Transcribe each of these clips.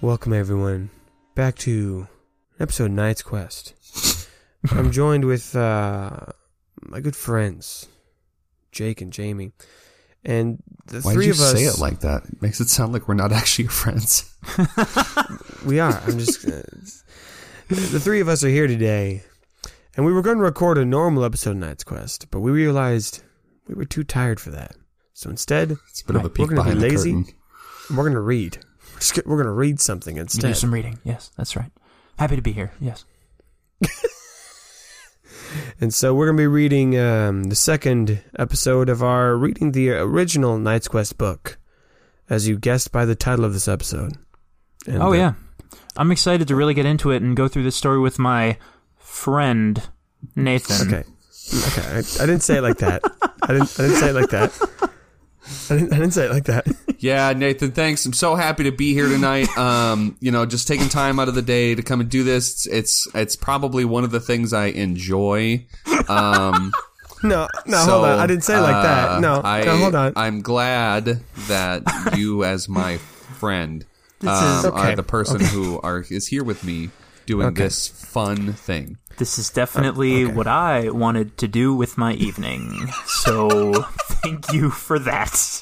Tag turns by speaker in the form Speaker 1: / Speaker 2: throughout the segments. Speaker 1: Welcome, everyone, back to episode Night's Quest. I'm joined with uh, my good friends, Jake and Jamie. And the
Speaker 2: Why
Speaker 1: three
Speaker 2: did
Speaker 1: of
Speaker 2: you
Speaker 1: us.
Speaker 2: say it like that? It makes it sound like we're not actually your friends.
Speaker 1: we are. I'm just. Uh, the three of us are here today, and we were going to record a normal episode of Night's Quest, but we realized we were too tired for that. So instead,
Speaker 2: It's a bit of a
Speaker 1: Right,
Speaker 2: peek
Speaker 1: we're gonna be
Speaker 2: behind the
Speaker 1: lazy.
Speaker 2: curtain.
Speaker 1: we're going to read. We're, just gonna- we're going to read something
Speaker 3: You do
Speaker 1: instead.
Speaker 3: some reading. Yes, that's right. Happy to be here. Yes.
Speaker 1: and so we're going to be reading um, the second episode of our reading the original Night's Quest book, as you guessed by the title of this episode. And,
Speaker 3: oh
Speaker 1: uh,
Speaker 3: yeah, I'm excited to really get into it and go through this story with my friend Nathan.
Speaker 1: Okay. Okay. I, I didn't say it like that. I didn't. I didn't say it like that. I didn't. I didn't say it like that.
Speaker 4: Yeah, Nathan, thanks. I'm so happy to be here tonight. Um, you know, just taking time out of the day to come and do this. It's it's, it's probably one of the things I enjoy. Um,
Speaker 1: No, no,
Speaker 4: so,
Speaker 1: hold on. I didn't say it like
Speaker 4: uh,
Speaker 1: that. No,
Speaker 4: I,
Speaker 1: no, hold on.
Speaker 4: I'm glad that you, as my friend,
Speaker 1: is-
Speaker 4: um,
Speaker 1: Okay.
Speaker 4: are the person who are is here with me doing this fun thing.
Speaker 3: This is definitely what I wanted to do with my evening. So thank you for that.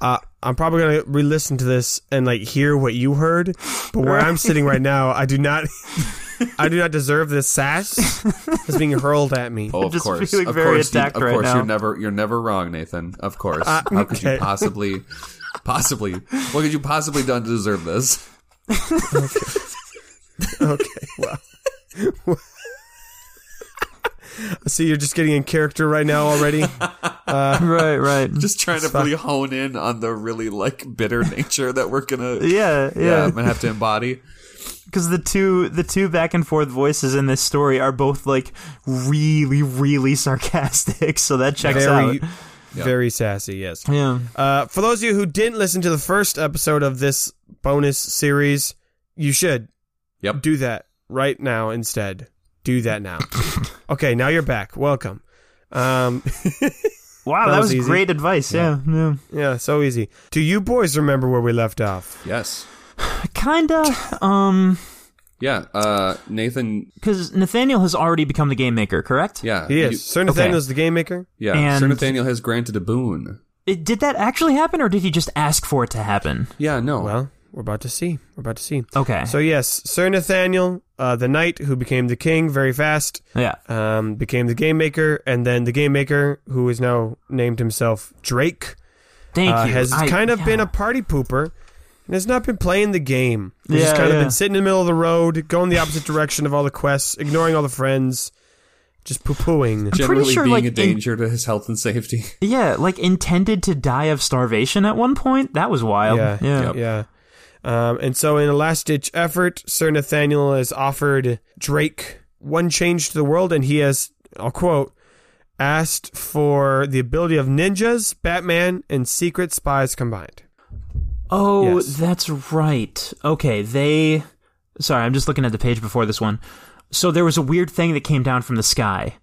Speaker 1: uh, I'm probably gonna re-listen to this and like hear what you heard, but where I'm sitting right now, I do not, I do not deserve this sass that's being hurled at me.
Speaker 4: Oh,
Speaker 3: I'm
Speaker 4: of
Speaker 3: just
Speaker 4: course,
Speaker 3: feeling
Speaker 4: of
Speaker 3: very
Speaker 4: course, you-
Speaker 3: attacked
Speaker 4: of
Speaker 3: right
Speaker 4: course,
Speaker 3: now.
Speaker 4: you're never you're never wrong, Nathan. Of course, how could
Speaker 1: okay.
Speaker 4: you possibly, possibly, what could you possibly done to deserve this?
Speaker 1: Okay, well. I See, you're just getting in character right now already.
Speaker 3: right, right.
Speaker 4: Just trying to really hone in on the really like bitter nature that we're gonna, yeah,
Speaker 3: yeah, yeah.
Speaker 4: I'm gonna have to embody.
Speaker 3: Because the two the two back and forth voices in this story are both like really, really sarcastic. So that checks
Speaker 1: Very,
Speaker 3: out.
Speaker 1: very sassy. Yes.
Speaker 3: Yeah.
Speaker 1: Uh, for those of you who didn't listen to the first episode of this bonus series, you should.
Speaker 4: Yep.
Speaker 1: Do that right now instead. Do that now. okay, now you're back. Welcome. Um,
Speaker 3: Wow,
Speaker 1: That
Speaker 3: that,
Speaker 1: was
Speaker 3: was,
Speaker 1: easy.
Speaker 3: great advice. yeah. yeah.
Speaker 1: yeah, so easy. Do you boys remember where we left off?
Speaker 4: Yes.
Speaker 3: Kinda. Um,
Speaker 4: Yeah. Uh, Nathan.
Speaker 3: because Nathaniel has already become the game maker, correct?
Speaker 4: Yeah.
Speaker 1: He is.
Speaker 4: Uh, you-
Speaker 1: Sir Nathaniel's the game maker.
Speaker 4: yeah. Sir
Speaker 3: And-
Speaker 4: Nathaniel has granted a boon.
Speaker 3: It, did that actually happen, or did he just ask for it to happen?
Speaker 4: Yeah. No.
Speaker 1: Well, we're about to see. We're about to see.
Speaker 3: Okay.
Speaker 1: So yes, Sir Nathaniel, uh, the knight who became the king very fast,
Speaker 3: yeah.
Speaker 1: um, became the game maker, and then the game maker who is now named himself Drake.
Speaker 3: Thank
Speaker 1: uh,
Speaker 3: you.
Speaker 1: has
Speaker 3: I-
Speaker 1: kind of been
Speaker 3: yeah.
Speaker 1: a party pooper and has not been playing the game. He's just
Speaker 3: Yeah,
Speaker 1: kind of
Speaker 3: yeah.
Speaker 1: been sitting in the middle of the road, going the opposite direction of all the quests, ignoring all the friends, just poo pooing.
Speaker 3: pretty
Speaker 4: Generally
Speaker 3: sure,
Speaker 4: being
Speaker 3: like,
Speaker 4: a
Speaker 3: in-
Speaker 4: danger to his health and safety.
Speaker 3: yeah, like intended to die of starvation at one point. That was wild.
Speaker 1: Yeah,
Speaker 3: Yeah.
Speaker 1: yeah. Um, and so, in a last ditch effort, Sir Nathaniel has offered Drake one change to the world, and he has, I'll quote, asked for the ability of ninjas, Batman, and secret spies combined.
Speaker 3: Oh,
Speaker 1: Yes.
Speaker 3: that's right. Okay, they. Sorry, I'm just looking at the page before this one. So there was a weird thing that came down from the sky,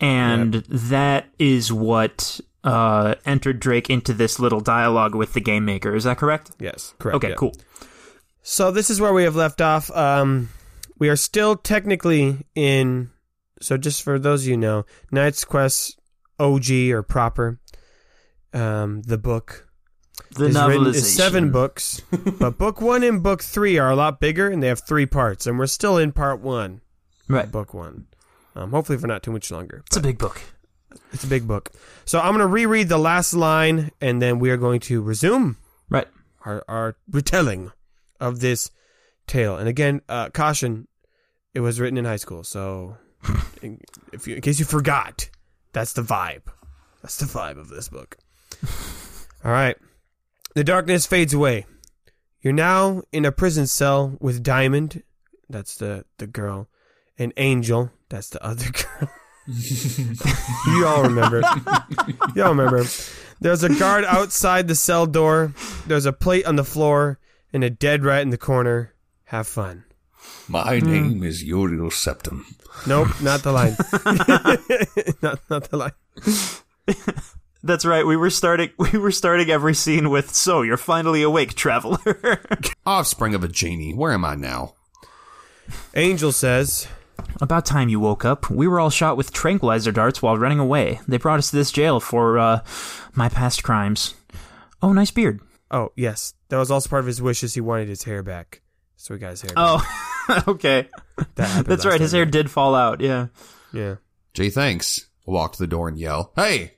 Speaker 3: and that is what uh, entered Drake into this little dialogue with the game maker. Is that correct?
Speaker 1: Yes, correct.
Speaker 3: Okay,
Speaker 1: yeah.
Speaker 3: cool.
Speaker 1: So this is where we have left off. Um, we are still technically in. So just for those of you who know, Knight's Quest OG or proper, um, the book
Speaker 3: The
Speaker 1: is written-
Speaker 3: novelization.
Speaker 1: is seven books, but book one and book three are a lot bigger, and they have three parts, and we're still in part one,
Speaker 3: Right.
Speaker 1: book one. Um, hopefully for not too much longer.
Speaker 3: It's a big book.
Speaker 1: It's a big book. So I'm gonna reread the last line, and then we are going to resume
Speaker 3: Right.
Speaker 1: our, our retelling of this tale. And again, uh, caution: it was written in high school, so in, if you, in case you forgot, that's the vibe. That's the vibe of this book. All right, the darkness fades away. You're now in a prison cell with Diamond. That's the the girl, and Angel. That's the other girl. you all remember. you all remember. There's a guard outside the cell door. There's a plate on the floor and a dead rat in the corner. Have fun.
Speaker 4: Hmm.
Speaker 5: My name is Uriel Septum.
Speaker 1: Nope, not the line. not, not the line.
Speaker 3: That's right. We were starting. We were starting every scene with "So you're finally awake, traveler."
Speaker 4: Offspring of a genie. Where am I now?
Speaker 1: Angel says,
Speaker 3: About time you woke up. We were all shot with tranquilizer darts while running away. They brought us to this jail for uh, my past crimes. Oh, nice beard.
Speaker 1: "Oh yes, that was also part of his wishes. He wanted his hair back, so he got his hair." back.
Speaker 3: Oh, okay.
Speaker 1: That happened
Speaker 3: That's
Speaker 1: last
Speaker 3: right. His
Speaker 1: time.
Speaker 3: hair did fall out. Yeah.
Speaker 1: Yeah.
Speaker 4: Jay, thanks. I walk to the door and yell, Hey!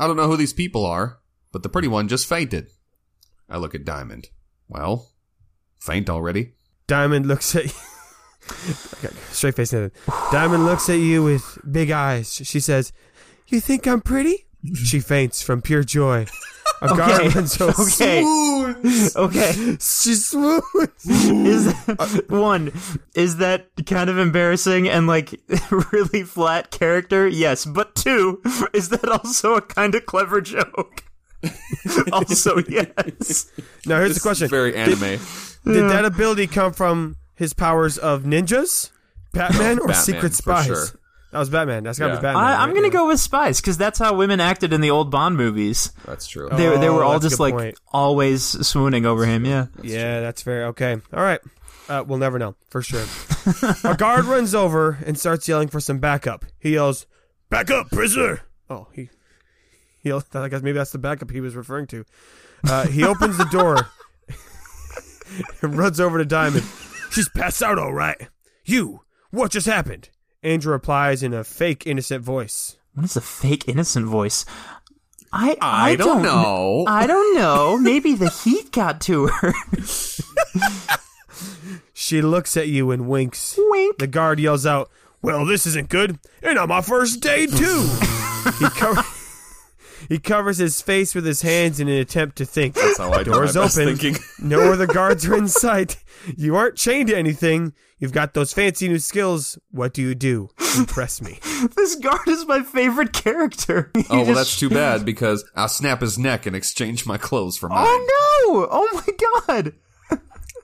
Speaker 4: I don't know who these people are, but the pretty one just fainted. I look at Diamond. Well, faint already?
Speaker 1: Diamond looks at Okay, straight face Nathan. Diamond looks at you with big eyes. She says, "You think I'm pretty?" She faints from pure joy. A guard runs over.
Speaker 3: Okay. Okay.
Speaker 1: She swoons.
Speaker 3: Is that, one is that kind of embarrassing and like really flat character? Yes, but two is that also a kind of clever joke? also, yes.
Speaker 1: Now here's the
Speaker 4: This is
Speaker 1: question:
Speaker 4: Very anime.
Speaker 1: Did that ability come from his powers of ninjas, Batman, or
Speaker 4: Batman,
Speaker 1: secret
Speaker 4: for
Speaker 1: spies?
Speaker 4: sure.
Speaker 1: That was Batman. That's gotta
Speaker 4: Yeah.
Speaker 1: be Batman.
Speaker 3: I, I'm
Speaker 1: right?
Speaker 3: gonna
Speaker 1: Yeah.
Speaker 3: go with spies because that's how women acted in the old Bond movies.
Speaker 4: That's true.
Speaker 3: They they were
Speaker 1: Oh,
Speaker 3: all
Speaker 1: that's a
Speaker 3: just
Speaker 1: good
Speaker 3: like
Speaker 1: point.
Speaker 3: always swooning over him. Yeah.
Speaker 1: Yeah, that's fair. Okay. All right. Uh, we'll never know for sure. a guard runs over and starts yelling for some backup. He yells, "Back up, prisoner!" Oh, he he. yells- I guess maybe that's the backup he was referring to. Uh, he opens the door and runs over to Diamond. She's passed out, all right. You, what just happened? Andrew replies in a fake innocent voice.
Speaker 3: What is a fake innocent voice? I
Speaker 4: I don't
Speaker 3: kn-
Speaker 4: know.
Speaker 3: I don't know. Maybe the heat got to her.
Speaker 1: She looks at you and winks.
Speaker 3: Wink.
Speaker 1: The guard yells out, Well, this isn't good, and on my first day, too. he, cover- he covers his face with his hands in an attempt to think.
Speaker 4: That's how I do my
Speaker 1: Doors
Speaker 4: best
Speaker 1: open.
Speaker 4: thinking.
Speaker 1: No other guards are in sight. You aren't chained to anything. You've got those fancy new skills. What do you do? Impress me.
Speaker 3: This guard is my favorite character. He
Speaker 4: Oh, well,
Speaker 3: just-
Speaker 4: that's too bad because I'll snap his neck and exchange my clothes for mine.
Speaker 3: Oh no! Oh my god!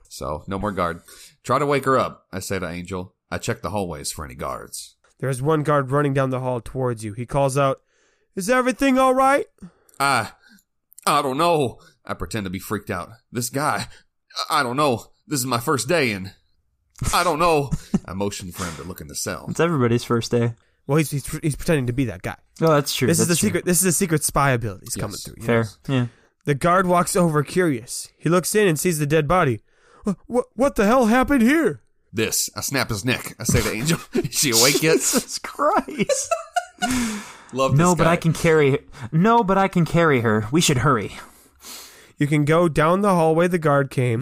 Speaker 4: So, no more guard. Try to wake her up, I say to Angel. I check the hallways for any guards.
Speaker 1: There is one guard running down the hall towards you. He calls out, Is everything all right?
Speaker 4: I, I don't know. I pretend to be freaked out. This guy, I I don't know. This is my first day and I don't know. I motion for him to look in the cell.
Speaker 3: It's everybody's first day.
Speaker 1: Well, he's, he's, he's pretending to be that guy.
Speaker 3: Oh, that's true.
Speaker 1: This is the
Speaker 3: that's true.
Speaker 1: secret. This is the secret spy ability. He's coming
Speaker 4: Yes.
Speaker 1: through.
Speaker 3: Fair. Yeah.
Speaker 1: The guard walks over curious. He looks in and sees the dead body. What what the hell happened here?
Speaker 4: This, I snap his neck. I say to Angel, is she awake yet?
Speaker 3: Jesus Christ!
Speaker 4: Love this
Speaker 3: no, but
Speaker 4: guy.
Speaker 3: I can carry. Her. No, but I can carry her. We should hurry.
Speaker 1: You can go down the hallway the guard came,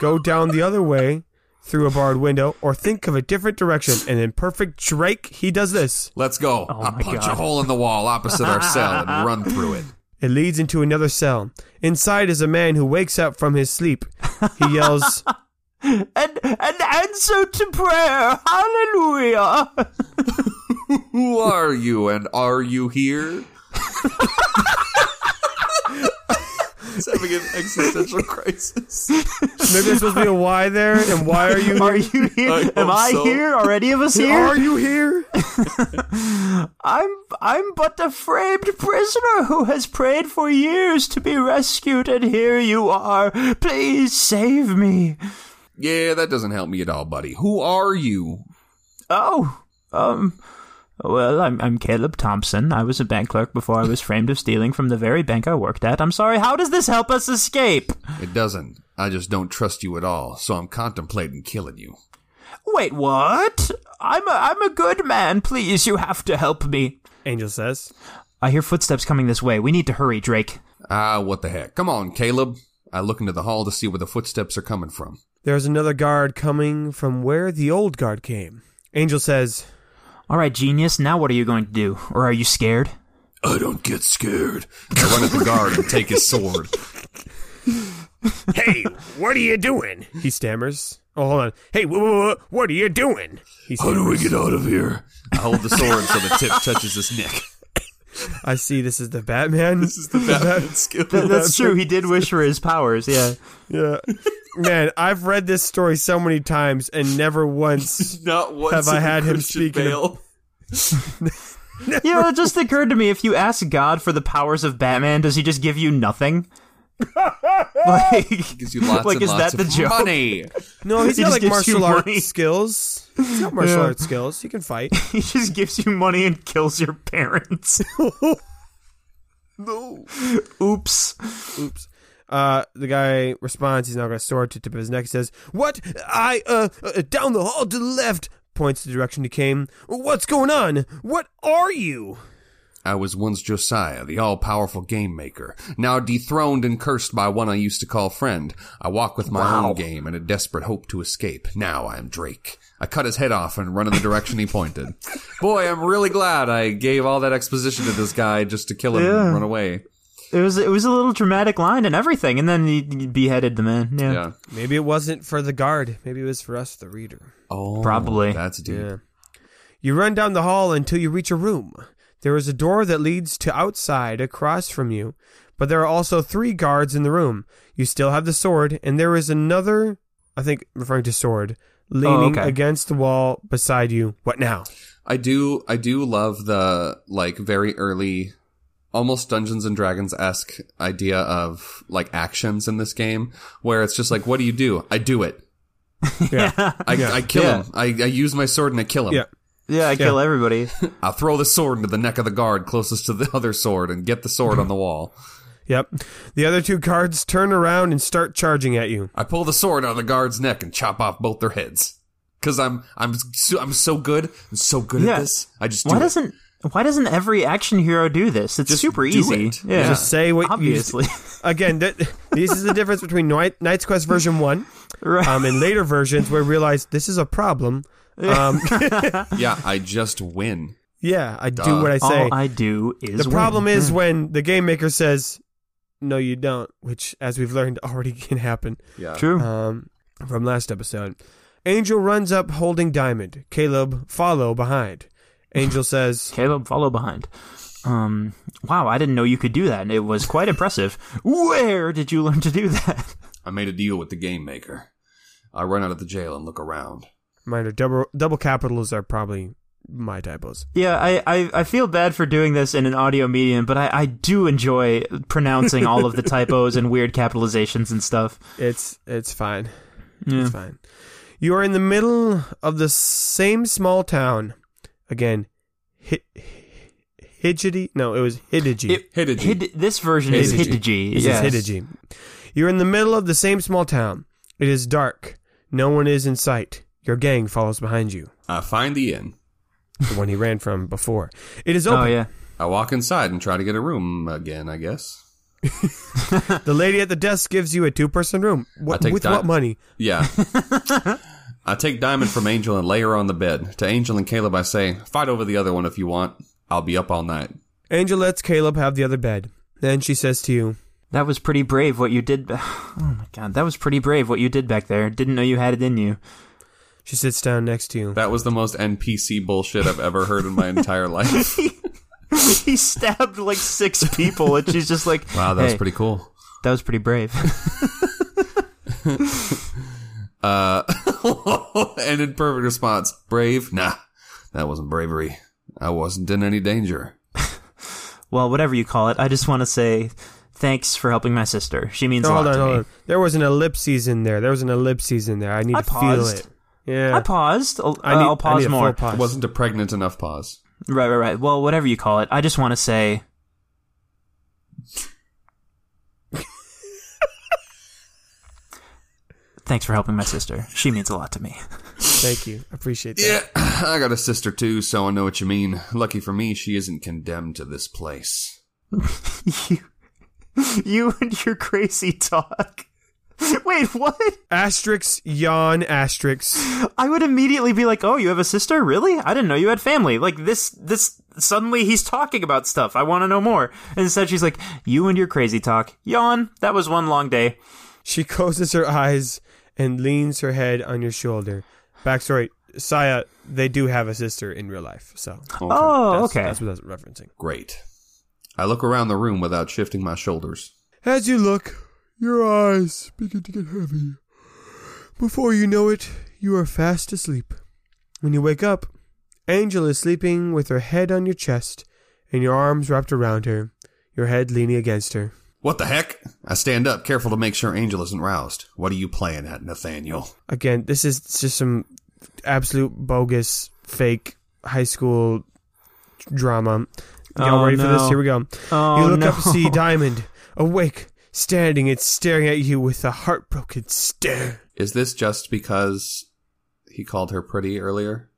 Speaker 1: go down the other way through a barred window, or think of a different direction. And in perfect Drake, he does this.
Speaker 4: Let's go. I
Speaker 3: Oh my
Speaker 4: punch a
Speaker 3: God.
Speaker 4: hole in the wall opposite our cell and run through it.
Speaker 1: It leads into another cell. Inside is a man who wakes up from his sleep. He yells,
Speaker 3: And an answer to prayer. Hallelujah.
Speaker 4: Who are you and are you here? He's having an existential crisis.
Speaker 1: maybe there's supposed to be a Y there, and why are you
Speaker 3: Are you here?
Speaker 4: I hope
Speaker 3: Am I
Speaker 4: so.
Speaker 3: here? Are any of us
Speaker 1: Are
Speaker 3: here?
Speaker 1: you here?
Speaker 3: I'm. I'm but a framed prisoner who has prayed for years to be rescued, and here you are. Please save me.
Speaker 4: Yeah, that doesn't help me at all, buddy. Who are you?
Speaker 3: Oh, um, well, I'm, I'm Caleb Thompson. I was a bank clerk before I was framed of stealing from the very bank I worked at. I'm sorry, how does this help us escape?
Speaker 4: It doesn't. I just don't trust you at all, so I'm contemplating killing you.
Speaker 3: Wait, what? I'm a, I'm a good man. Please, you have to help me.
Speaker 1: Angel says.
Speaker 3: I hear footsteps coming this way. We need to hurry, Drake.
Speaker 4: Ah, what the heck? Come on, Caleb. I look into the hall to see where the footsteps are coming from.
Speaker 1: There's another guard coming from where the old guard came. Angel says,
Speaker 3: All right, genius, now what are you going to do? Or are you scared?
Speaker 5: I don't get scared.
Speaker 4: I run at the guard and take his sword.
Speaker 1: Hey, what are you doing? He stammers. Oh, hold on. Hey, wha- wha- wha- what are you doing? He
Speaker 5: How do
Speaker 1: stammers.
Speaker 5: we get out of here?
Speaker 4: I hold the sword so the tip touches his neck.
Speaker 1: I see this is the Batman. This is the Batman skill.
Speaker 3: that's true. He did wish for his powers, yeah.
Speaker 1: Yeah. Man, I've read this story so many times and never once
Speaker 4: Not once
Speaker 1: Have I had him speaking of-
Speaker 3: You know, it just occurred to me if you ask God for the powers of Batman, does he just give you nothing? like,
Speaker 4: Gives you lots
Speaker 3: like,
Speaker 4: and
Speaker 3: is
Speaker 4: lots
Speaker 3: that the
Speaker 4: of
Speaker 3: joke?
Speaker 4: money.
Speaker 1: No, he's
Speaker 3: He
Speaker 1: got
Speaker 3: just
Speaker 1: like
Speaker 3: gives
Speaker 1: martial
Speaker 3: you
Speaker 1: arts
Speaker 3: money.
Speaker 1: skills. He's got martial arts skills. He can fight.
Speaker 3: He just gives you money and kills your parents.
Speaker 4: No.
Speaker 3: Oops.
Speaker 1: Oops. Uh, the guy responds. He's now got a sword to the tip of his neck. He says, "What? I uh, uh down the hall to the left." Points the direction he came. What's going on? What are you?
Speaker 4: I was once Josiah, the all powerful game maker, now dethroned and cursed by one I used to call friend. I walk with my own game in a desperate hope to escape. Now I am Drake. I cut his head off and run in the direction he pointed. Boy, I'm really glad I gave all that exposition to this guy just to kill him
Speaker 3: Yeah.
Speaker 4: and run away.
Speaker 3: It was it was a little dramatic line and everything, and then he he beheaded the man. Yeah.
Speaker 4: Yeah.
Speaker 1: Maybe it wasn't for the guard. Maybe it was for us, the reader.
Speaker 4: Oh,
Speaker 3: Probably.
Speaker 4: That's deep.
Speaker 1: Yeah. You run down the hall until you reach a room. There is a door that leads to outside across from you, but there are also three guards in the room. You still have the sword, and there is another, I think, referring to sword, leaning
Speaker 3: Oh, okay.
Speaker 1: against the wall beside you. What now?
Speaker 4: I do I do love the like very early almost Dungeons and Dragons esque idea of like actions in this game where it's just like what do you do? I do it.
Speaker 1: Yeah.
Speaker 4: I,
Speaker 1: Yeah.
Speaker 4: I kill
Speaker 3: Yeah.
Speaker 4: him. I, I use my sword and I kill him.
Speaker 1: Yeah.
Speaker 3: Yeah, I kill everybody.
Speaker 4: I throw the sword into the neck of the guard closest to the other sword and get the sword on the wall.
Speaker 1: Yep. The other two guards turn around and start charging at you.
Speaker 4: I pull the sword out of the guard's neck and chop off both their heads. Cause I'm I'm so, I'm so good and so good
Speaker 3: Yeah.
Speaker 4: at this. I just do
Speaker 3: Why
Speaker 4: it.
Speaker 3: doesn't why doesn't every action hero do this? It's
Speaker 4: Just
Speaker 3: super
Speaker 4: do
Speaker 3: easy.
Speaker 4: it.
Speaker 3: Yeah.
Speaker 1: Just say what
Speaker 3: obviously.
Speaker 1: you again. That, this is the difference between Knight- Knight's Quest version one
Speaker 3: right.
Speaker 1: um, and later versions, where we realize this is a problem. Um,
Speaker 4: yeah, I just win.
Speaker 1: yeah, I do
Speaker 4: Duh.
Speaker 1: what I say.
Speaker 3: All Oh, I do is
Speaker 1: The
Speaker 3: win. Mm.
Speaker 1: problem is
Speaker 3: Hmm.
Speaker 1: when the game maker says, "No, you don't," which, as we've learned, already can happen
Speaker 4: Yeah.
Speaker 3: true.
Speaker 1: um, from last episode. Angel runs up holding Diamond. Caleb follow behind. Angel says,
Speaker 3: Caleb, follow behind. Um, wow, I didn't know you could do that. It was quite impressive. Where did you learn to do that?
Speaker 4: I made a deal with the game maker. I run out of the jail and look around.
Speaker 1: "Minor double double capitals are probably my typos."
Speaker 3: Yeah, I, I, I feel bad for doing this in an audio medium, but I, I do enjoy pronouncing all of the typos and weird capitalizations and stuff.
Speaker 1: It's it's fine.
Speaker 3: Yeah.
Speaker 1: It's fine. You are in the middle of the same small town. Again, hi- Hidgety? No, it was Hidigi.
Speaker 3: It-
Speaker 4: Hidigi.
Speaker 3: Hid, this version is
Speaker 4: Hidigi.
Speaker 3: Hidigi.
Speaker 1: This
Speaker 3: yes.
Speaker 1: is Hidigi. You're in the middle of the same small town. It is dark. No one is in sight. Your gang follows behind you,
Speaker 4: I find the inn.
Speaker 1: the one he ran from before. It is
Speaker 3: Oh
Speaker 1: open.
Speaker 3: yeah.
Speaker 4: I walk inside and try to get a room again, I guess.
Speaker 1: The lady at the desk gives you a two person room. What,
Speaker 4: I take
Speaker 1: with
Speaker 4: that.
Speaker 1: what money?
Speaker 4: Yeah. I take Diamond from Angel and lay her on the bed. To Angel and Caleb, I say, fight over the other one if you want. I'll be up all night.
Speaker 1: Angel lets Caleb have the other bed. Then she says to you,
Speaker 3: That was pretty brave what you did. ba- Oh my god, that was pretty brave what you did back there. Didn't know you had it in you.
Speaker 1: she sits down next to you.
Speaker 4: That was the most NPC bullshit I've ever heard in my entire life.
Speaker 3: he stabbed like six people, and she's just like,
Speaker 4: Wow, that was
Speaker 3: "Hey,
Speaker 4: pretty cool.
Speaker 3: That was pretty brave."
Speaker 4: Uh, and in perfect response, brave? Nah, that wasn't bravery. I wasn't in any danger.
Speaker 3: well, whatever you call it, I just want to say thanks for helping my sister. She means
Speaker 1: No,
Speaker 3: a lot
Speaker 1: hold on,
Speaker 3: to
Speaker 1: hold
Speaker 3: me.
Speaker 1: on. There was an ellipses in there. There was an ellipses in there. I need
Speaker 3: I
Speaker 1: to feel
Speaker 3: paused.
Speaker 1: it. Yeah.
Speaker 3: I paused. I'll,
Speaker 1: I need,
Speaker 3: will
Speaker 1: I
Speaker 3: pause
Speaker 1: need a full
Speaker 3: more.
Speaker 1: pause.
Speaker 4: It wasn't a pregnant enough pause.
Speaker 3: Right, right, right. Well, whatever you call it, I just want to say. Thanks for helping my sister. She means a lot to me.
Speaker 1: Thank you. Appreciate that.
Speaker 4: Yeah, I got a sister too, so I know what you mean. Lucky for me, she isn't condemned to this place.
Speaker 3: You, you and your crazy talk. Wait, what?
Speaker 1: Asterisk, yawn, asterisk.
Speaker 3: I would immediately be like, "Oh, you have a sister? Really? I didn't know you had family." Like this, this suddenly he's talking about stuff. I want to know more. And instead, she's like, "You and your crazy talk." Yawn. That was one long day.
Speaker 1: She closes her eyes and leans her head on your shoulder. Backstory Saya, they do have a sister in real life. So
Speaker 3: Oh,
Speaker 1: that's,
Speaker 3: okay.
Speaker 1: that's what that's referencing.
Speaker 4: Great. I look around the room without shifting my shoulders.
Speaker 1: As you look, your eyes begin to get heavy. Before you know it, you are fast asleep. When you wake up, Angel is sleeping with her head on your chest and your arms wrapped around her, your head leaning against her.
Speaker 4: What the heck? I stand up, careful to make sure Angel isn't roused. What are you playing at, Nathaniel?
Speaker 1: Again, this is just some absolute bogus, fake high school drama. Y'all
Speaker 3: Oh,
Speaker 1: ready for this?
Speaker 3: no.
Speaker 1: Here we go.
Speaker 3: Oh,
Speaker 1: you look
Speaker 3: no.
Speaker 1: up and see Diamond, awake, standing and staring at you with a heartbroken stare.
Speaker 4: Is this just because he called her pretty earlier?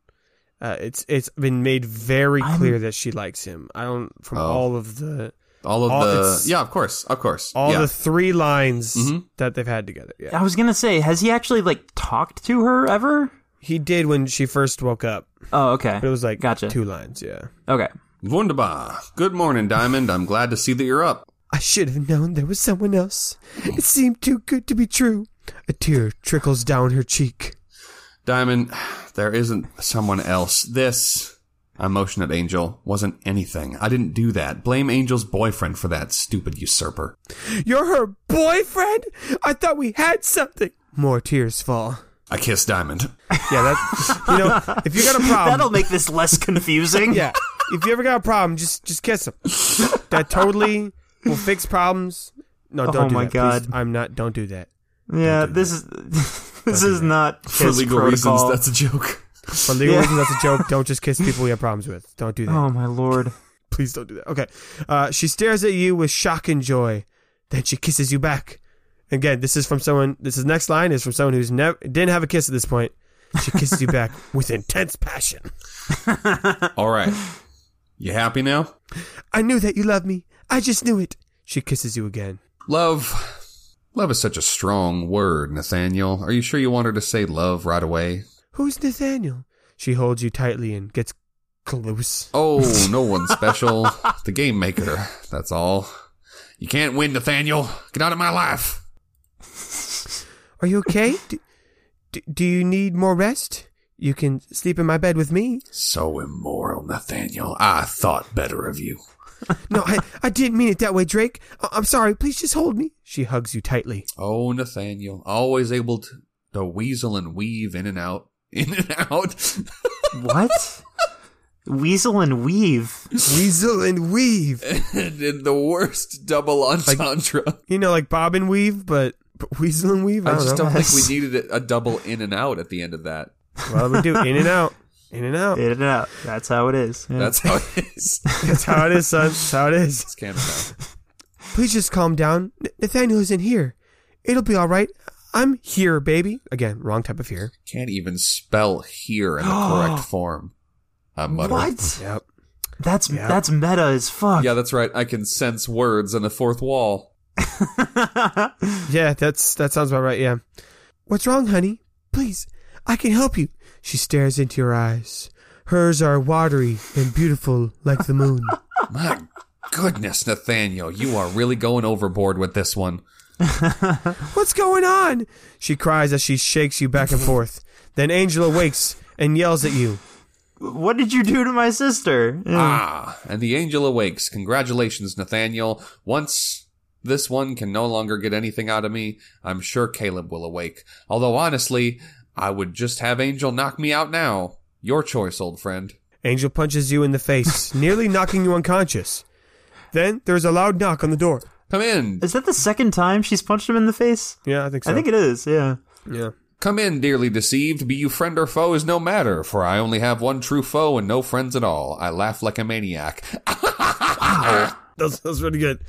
Speaker 1: Uh, it's it's been made very
Speaker 3: I'm-
Speaker 1: clear that she likes him. I don't from
Speaker 4: Oh.
Speaker 1: all of the
Speaker 4: All of
Speaker 1: All-
Speaker 4: the
Speaker 1: it's-
Speaker 4: yeah, of course, of course,
Speaker 1: all
Speaker 4: yeah.
Speaker 1: the three lines
Speaker 4: Mhm.
Speaker 1: that they've had together. Yeah,
Speaker 3: I was gonna say, has he actually like talked to her ever?
Speaker 1: he did when she first woke up,
Speaker 3: Oh, okay.
Speaker 1: but it was like
Speaker 3: Gotcha.
Speaker 1: two lines. Yeah,
Speaker 3: Okay.
Speaker 4: Wunderbar. Good morning, Diamond. I'm glad to see that you're up.
Speaker 1: I should have known there was someone else. It seemed too good to be true. A tear trickles down her cheek.
Speaker 4: Diamond, there isn't someone else. This, I motion at Angel, wasn't anything. I didn't do that. Blame Angel's boyfriend for that stupid usurper.
Speaker 1: You're her boyfriend. I thought we had something. More tears fall.
Speaker 4: I kiss Diamond.
Speaker 1: Yeah, that you know, if you got a problem,
Speaker 3: That'll make this less confusing.
Speaker 1: Um, Yeah. If you ever got a problem, just just kiss him. That totally will fix problems. No,
Speaker 3: Oh
Speaker 1: don't do
Speaker 3: my
Speaker 1: that. Please,
Speaker 3: God.
Speaker 1: I'm not. Don't do that
Speaker 3: Yeah, this is this is not
Speaker 4: For
Speaker 3: his
Speaker 4: legal
Speaker 3: protocol.
Speaker 4: reasons, that's a joke.
Speaker 1: for legal
Speaker 3: Yeah.
Speaker 1: reasons. That's a joke. Don't just kiss people you have problems with. Don't do that.
Speaker 3: oh my lord.
Speaker 1: Please don't do that. Okay. Uh, she stares at you with shock and joy. Then she kisses you back. Again, this is from someone. This is next line is from someone who's never didn't have a kiss at this point. She kisses you back with intense passion.
Speaker 4: All right. You happy now?
Speaker 1: I knew that you loved me. I just knew it. She kisses you again.
Speaker 4: Love. Love is such a strong word, Nathaniel. Are you sure you want her to say love right away?
Speaker 1: Who's Nathaniel? She holds you tightly and gets close.
Speaker 4: Oh, no one special. the game maker. That's all. You can't win, Nathaniel. Get out of my life.
Speaker 1: Are you okay? do, do, do you need more rest? You can sleep in my bed with me.
Speaker 4: So immoral, Nathaniel. I thought better of you.
Speaker 1: No, I, I didn't mean it that way, Drake. I, I'm sorry. Please just hold me. She hugs you tightly.
Speaker 4: Oh, Nathaniel, always able to, to weasel and weave in and out, in and out.
Speaker 3: What? Weasel and weave.
Speaker 1: Weasel and weave.
Speaker 4: and in the worst double entendre.
Speaker 1: You know, like bob and weave, but, but weasel and weave. I,
Speaker 4: I
Speaker 1: don't
Speaker 4: just
Speaker 1: know.
Speaker 4: don't think we needed a, a double in and out at the end of that.
Speaker 1: Well, we do in and out, in and out.
Speaker 3: In and out. That's how it is. Yeah.
Speaker 4: That's how it is.
Speaker 1: That's how it is, son. That's how it is.
Speaker 4: It's canon now.
Speaker 1: Please just calm down. N- Nathaniel isn't here. It'll be all right. I'm here, baby. Again, wrong type of here.
Speaker 4: Can't even spell here in the correct form. I mutter.
Speaker 3: what?
Speaker 1: Yep.
Speaker 3: That's
Speaker 1: Yeah.
Speaker 3: that's meta as fuck.
Speaker 4: Yeah, that's right. I can sense words in the fourth wall.
Speaker 1: Yeah, that's that sounds about right. Yeah. What's wrong, honey? Please, I can help you. She stares into your eyes. Hers are watery and beautiful like the moon.
Speaker 4: My goodness, Nathaniel, you are really going overboard with this one.
Speaker 1: What's going on? She cries as she shakes you back and forth. Then Angel awakes and yells at you.
Speaker 3: what did you do to my sister?
Speaker 1: Hmm.
Speaker 3: Yeah.
Speaker 4: Ah, and the angel awakes. Congratulations, Nathaniel. Once this one can no longer get anything out of me, I'm sure Caleb will awake. Although, honestly, I would just have Angel knock me out now. Your choice, old friend.
Speaker 1: Angel punches you in the face, nearly knocking you unconscious. Then there's a loud knock on the door.
Speaker 4: Come in.
Speaker 3: Is that the second time she's punched him in the face?
Speaker 1: Yeah, I think so.
Speaker 3: I think it is, yeah.
Speaker 1: yeah.
Speaker 4: Come in, dearly deceived. Be you friend or foe is no matter, for I only have one true foe and no friends at all. I laugh like a maniac.
Speaker 1: That's that's really good.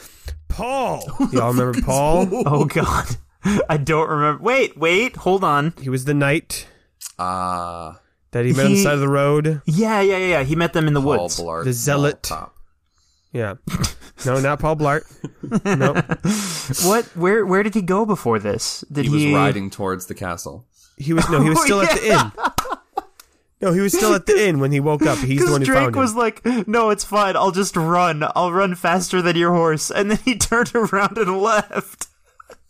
Speaker 1: Paul. Y'all remember Paul?
Speaker 3: Oh god. I don't remember. Wait, wait, hold on.
Speaker 1: He was the knight
Speaker 4: Ah,
Speaker 1: that he met on the
Speaker 3: He-
Speaker 1: side of the road.
Speaker 3: Yeah, yeah, yeah, yeah. He met them
Speaker 1: Oh,
Speaker 3: in the
Speaker 4: Paul
Speaker 3: woods.
Speaker 4: Blart,
Speaker 1: The zealot.
Speaker 4: Paul Pop.
Speaker 1: Yeah. No, not Paul Blart. No.
Speaker 3: What? Where? Where did he go before this? Did
Speaker 4: He
Speaker 3: he,
Speaker 4: was riding towards the castle.
Speaker 1: He was no, he
Speaker 3: Oh,
Speaker 1: was still at the inn. No, he was still at the inn when he woke up. He's the
Speaker 3: Because
Speaker 1: one who
Speaker 3: Drake
Speaker 1: found him.
Speaker 3: was like, "No, it's fine. I'll just run. I'll run faster than your horse." And then he turned around and left.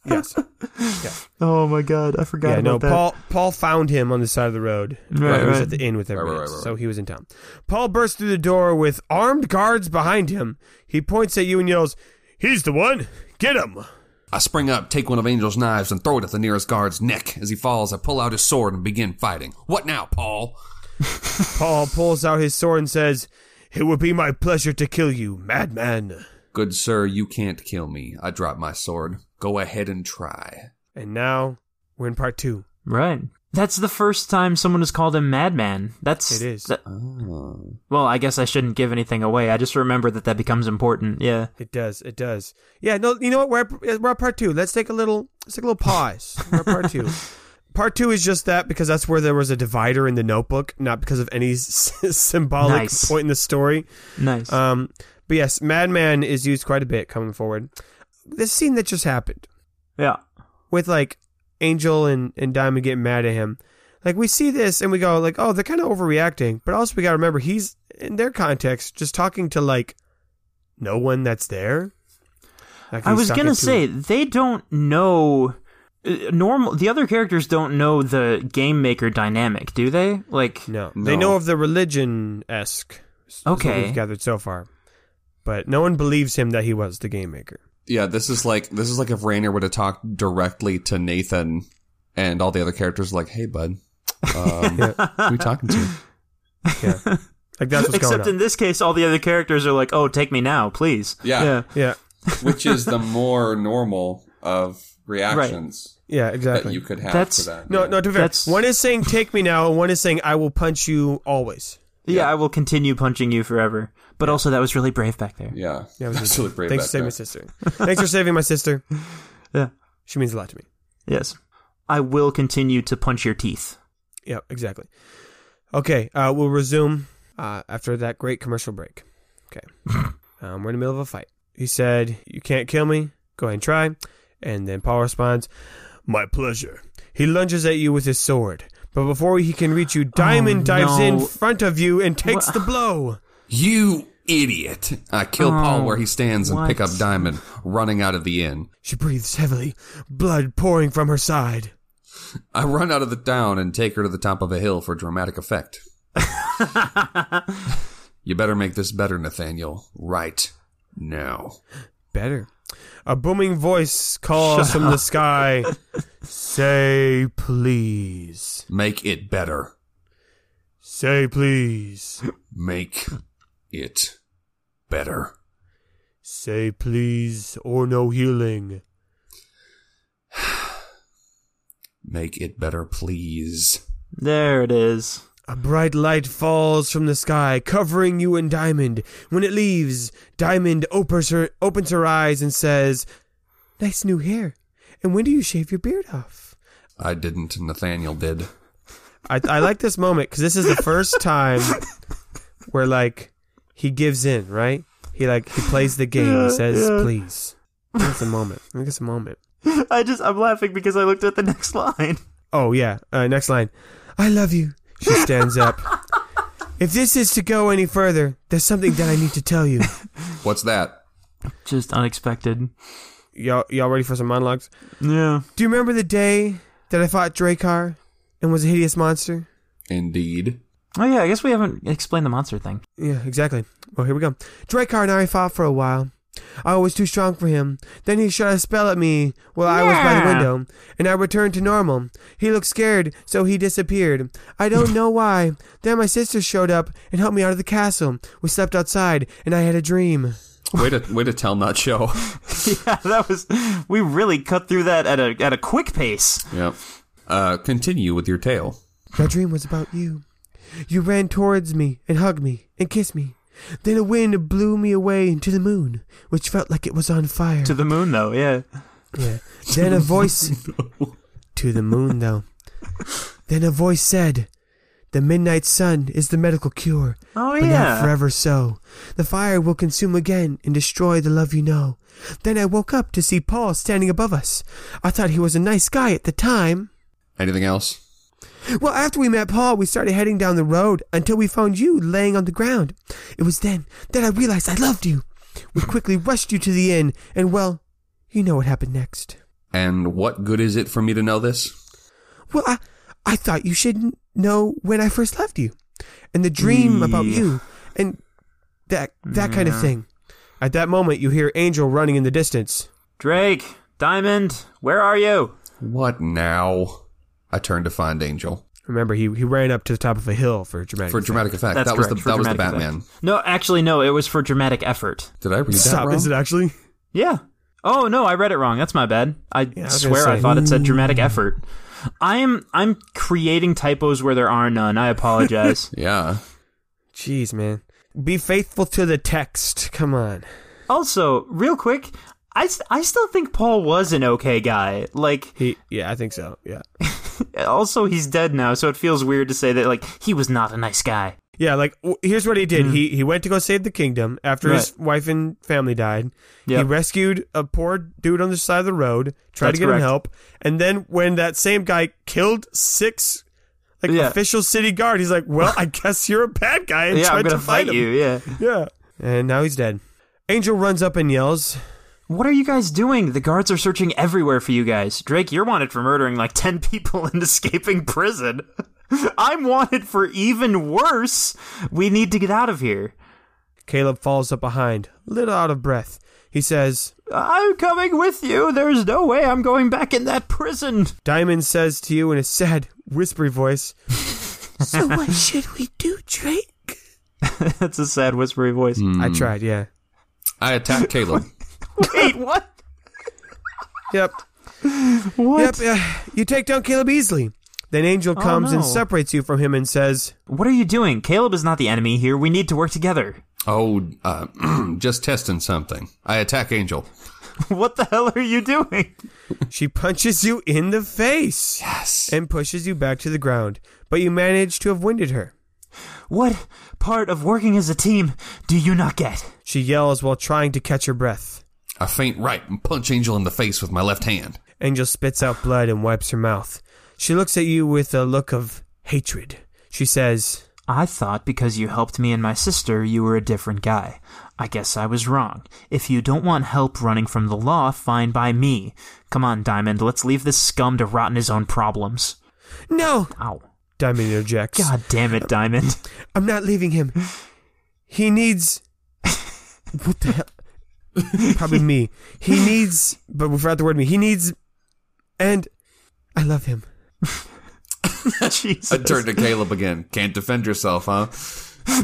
Speaker 1: yes.
Speaker 3: Oh my god, I forgot
Speaker 1: Yeah,
Speaker 3: about
Speaker 1: no,
Speaker 3: that.
Speaker 1: Paul Paul found him on the side of the road.
Speaker 3: Right,
Speaker 1: he was
Speaker 3: right.
Speaker 1: at the inn with everybody
Speaker 4: right,
Speaker 1: else,
Speaker 4: right,
Speaker 1: So he was in town. Paul bursts through the door with armed guards behind him. He points at you and yells, He's the one. Get him.
Speaker 4: I spring up, take one of Angel's knives, and throw it at the nearest guard's neck. As he falls, I pull out his sword and begin fighting. What now, Paul?
Speaker 1: Paul pulls out his sword and says, It would be my pleasure to kill you, madman.
Speaker 4: Good sir, you can't kill me. I drop my sword. Go ahead and try.
Speaker 1: And now we're in part two.
Speaker 3: Right. That's the first time someone has called him madman. That's
Speaker 1: It is.
Speaker 3: that-
Speaker 4: Oh.
Speaker 3: well, I guess I shouldn't give anything away. I just remember that that becomes important. Yeah.
Speaker 1: It does. It does. Yeah. No. You know what? We're at, we're at part two. Let's take a little. Let's take a little pause. We're at part two. Part two is just that because that's where there was a divider in the notebook, not because of any s- symbolic
Speaker 3: Nice.
Speaker 1: point in the story.
Speaker 3: Nice.
Speaker 1: Um, but yes, Madman is used quite a bit coming forward. This scene that just happened
Speaker 3: yeah.
Speaker 1: with like Angel and, and Diamond getting mad at him, like we see this and we go like, oh, they're kind of overreacting. But also we got to remember he's in their context just talking to like no one that's there. Like,
Speaker 3: I
Speaker 1: he's
Speaker 3: was
Speaker 1: talking
Speaker 3: gonna
Speaker 1: to-
Speaker 3: say they don't know. uh, Normal. The other characters don't know the game maker dynamic, do they? Like,
Speaker 1: no.
Speaker 4: No.
Speaker 1: They know of the religion esque.
Speaker 3: Okay.
Speaker 1: we've gathered so far, but no one believes him that he was the game maker.
Speaker 4: Yeah, this is like this is like if Rainer would have talked directly to Nathan and all the other characters like, "Hey, bud, um, who you talking to?"
Speaker 1: Yeah, like that's what's going
Speaker 3: except
Speaker 1: on.
Speaker 3: in this case, all the other characters are like, "Oh, take me now, please."
Speaker 4: Yeah.
Speaker 1: yeah,
Speaker 4: Which is the more normal of reactions
Speaker 1: yeah, exactly.
Speaker 4: that you could have
Speaker 3: That's-
Speaker 4: to that.
Speaker 1: No,
Speaker 4: yeah.
Speaker 1: no, to be fair.
Speaker 3: That's-
Speaker 1: One is saying "take me now," and one is saying "I will punch you always."
Speaker 3: Yeah, I will continue punching you forever. But also, that was really brave back there.
Speaker 4: Yeah,
Speaker 1: Yeah, it was
Speaker 4: that's
Speaker 1: good.
Speaker 4: really brave.
Speaker 1: Thanks for
Speaker 4: back
Speaker 1: saving
Speaker 4: there.
Speaker 1: my sister. Thanks for saving my sister.
Speaker 3: Yeah.
Speaker 1: She means a lot to me.
Speaker 3: Yes. I will continue to punch your teeth.
Speaker 1: Yeah, exactly. Okay, uh, we'll resume uh, after that great commercial break. Okay, um, we're in the middle of a fight. He said, "You can't kill me. Go ahead and try." And then Paul responds, "My pleasure." He lunges at you with his sword, but before he can reach you, Diamond dives
Speaker 3: no.
Speaker 1: in front of you and takes the blow.
Speaker 4: You idiot! I kill Paul where he stands and pick
Speaker 3: what?
Speaker 4: up Diamond, running out of the inn.
Speaker 1: She breathes heavily, blood pouring from her side.
Speaker 4: I run out of the town and take her to the top of a hill for dramatic effect. you better make this better, Nathaniel. Right now.
Speaker 1: Better. A booming voice calls from the sky Say please.
Speaker 4: Make it better.
Speaker 1: Say please.
Speaker 4: Make it better.
Speaker 1: Say please or no healing.
Speaker 4: Make it better, please.
Speaker 3: There it is.
Speaker 1: A bright light falls from the sky, covering you in Diamond. When it leaves, Diamond opens her, opens her eyes and says, Nice new hair. And when do you shave your beard off?
Speaker 4: I didn't. Nathaniel did.
Speaker 1: I, I like this moment because this is the first time where like he gives in, right? He like he plays the game. he says, "Please." I think it's a moment. I think it's a moment.
Speaker 3: I just I'm laughing because I looked at the next line.
Speaker 1: Oh yeah. Uh, next line. I love you. She stands up. if this is to go any further, there's something that I need to tell you.
Speaker 4: What's that?
Speaker 3: Just unexpected.
Speaker 1: Y'all, y'all ready for some monologues?
Speaker 3: Yeah.
Speaker 1: Do you remember the day that I fought Dracar and was a hideous monster?
Speaker 4: Indeed.
Speaker 3: Oh yeah, I guess we haven't explained the monster thing.
Speaker 1: Yeah, exactly. Well, here we go. Dracar and I fought for a while. I was too strong for him. Then he shot a spell at me while I was by the
Speaker 3: Yeah.
Speaker 1: window, and I returned to normal. He looked scared, so he disappeared. I don't know why. Then my sister showed up and helped me out of the castle. We slept outside, and I had a dream.
Speaker 4: Way to way to tell not show.
Speaker 3: yeah, that was we really cut through that at a at a quick pace.
Speaker 4: yep. Uh, continue with your tale.
Speaker 1: That dream was about you. You ran towards me and hugged me and kissed me. Then a wind blew me away into the moon, which felt like it was on fire.
Speaker 3: To the moon though, yeah.
Speaker 1: Yeah. Then a voice to the moon, though. Then a voice said, "The midnight sun is the medical cure,
Speaker 3: Oh
Speaker 1: but not
Speaker 3: yeah.
Speaker 1: forever so. The fire will consume again and destroy the love you know." Then I woke up to see Paul standing above us. I thought he was a nice guy at the time.
Speaker 4: Anything else?
Speaker 1: Well, after we met Paul, we started heading down the road until we found you laying on the ground. It was then that I realized I loved you. We quickly rushed you to the inn, and well, you know what happened next.
Speaker 4: And what good is it for me to know this?
Speaker 1: Well, I, I thought you shouldn't know when I first loved you, and the dream about
Speaker 3: Yeah.
Speaker 1: you, and that that kind of thing. At that moment, you hear Angel running in the distance.
Speaker 3: Drake, Diamond, where are you?
Speaker 4: What now? I turn to find Angel.
Speaker 1: Remember, he he ran up to the top of a hill for dramatic.
Speaker 4: for
Speaker 1: effect.
Speaker 4: dramatic effect.
Speaker 3: That's
Speaker 4: that was the
Speaker 3: correct, for
Speaker 4: that was the
Speaker 3: dramatic
Speaker 4: Batman.
Speaker 3: effect. No, actually, no. It was for dramatic effort.
Speaker 4: Did I read that
Speaker 1: Stop!
Speaker 4: wrong?
Speaker 1: Is it actually?
Speaker 3: Yeah. Oh no, I read it wrong. That's my bad. I
Speaker 1: I was gonna
Speaker 3: swear I
Speaker 1: say. hmm.
Speaker 3: thought it said dramatic effort. I am I'm creating typos where there are none. I apologize.
Speaker 4: yeah.
Speaker 1: Jeez, man. Be faithful to the text. Come on.
Speaker 3: also, real quick, I, s- I still think Paul was an okay guy. Like,
Speaker 1: He, yeah, I think so. Yeah,
Speaker 3: also he's dead now, so it feels weird to say that like he was not a nice guy.
Speaker 1: yeah. Like, w- here's what he did.
Speaker 3: Mm-hmm.
Speaker 1: He he went to go save the kingdom after his wife and family died. He
Speaker 3: Yep.
Speaker 1: rescued a poor dude on the side of the road, tried
Speaker 3: That's
Speaker 1: to get him
Speaker 3: correct.
Speaker 1: help, and then when that same guy killed six. Like
Speaker 3: Yeah.
Speaker 1: official city guard, he's like, "Well, I guess you're a bad guy." And
Speaker 3: yeah,
Speaker 1: tried
Speaker 3: I'm
Speaker 1: to
Speaker 3: gonna
Speaker 1: fight him.
Speaker 3: fight you. Yeah.
Speaker 1: Yeah. And now he's dead. Angel runs up and yells,
Speaker 3: What are you guys doing? The guards are searching everywhere for you guys. Drake, you're wanted for murdering like 10 people and escaping prison. I'm wanted for even worse. We need to get out of here.
Speaker 1: Caleb falls up behind, a little out of breath. He says,
Speaker 3: I'm coming with you. There's no way I'm going back in that prison.
Speaker 1: Diamond says to you in a sad, whispery voice, So what should we do, Drake?
Speaker 3: That's a sad, whispery voice.
Speaker 1: I tried, yeah.
Speaker 4: I attacked Caleb.
Speaker 3: Wait, what?
Speaker 1: Yep. Yep.
Speaker 3: What?
Speaker 1: yeah. You take down Caleb easily. Then Angel
Speaker 3: Oh,
Speaker 1: comes and
Speaker 3: no.
Speaker 1: separates you from him and says,
Speaker 3: What are you doing? Caleb is not the enemy here. We need to work together.
Speaker 4: oh, uh, just testing something. I attack Angel.
Speaker 3: what the hell are you doing?
Speaker 1: She punches you in the face
Speaker 4: Yes.
Speaker 1: and pushes you back to the ground, but you manage to have winded her.
Speaker 3: What part of working as a team do you not get?
Speaker 1: She yells while trying to catch her breath.
Speaker 4: I faint right and punch Angel in the face with my left hand.
Speaker 1: Angel spits out blood and wipes her mouth. She looks at you with a look of hatred. She says,
Speaker 3: I thought because you helped me and my sister, you were a different guy. I guess I was wrong. If you don't want help running from the law, fine by me. Come on, Diamond, let's leave this scum to rot in his own problems.
Speaker 1: No!
Speaker 3: Ow.
Speaker 1: Diamond interjects.
Speaker 3: God damn it, Diamond.
Speaker 1: I'm not leaving him. He needs. What the hell? Probably me. He needs. But we forgot the word me. He needs. And I love him.
Speaker 4: I
Speaker 3: Jesus.
Speaker 4: turn to Caleb again. Can't defend yourself, huh?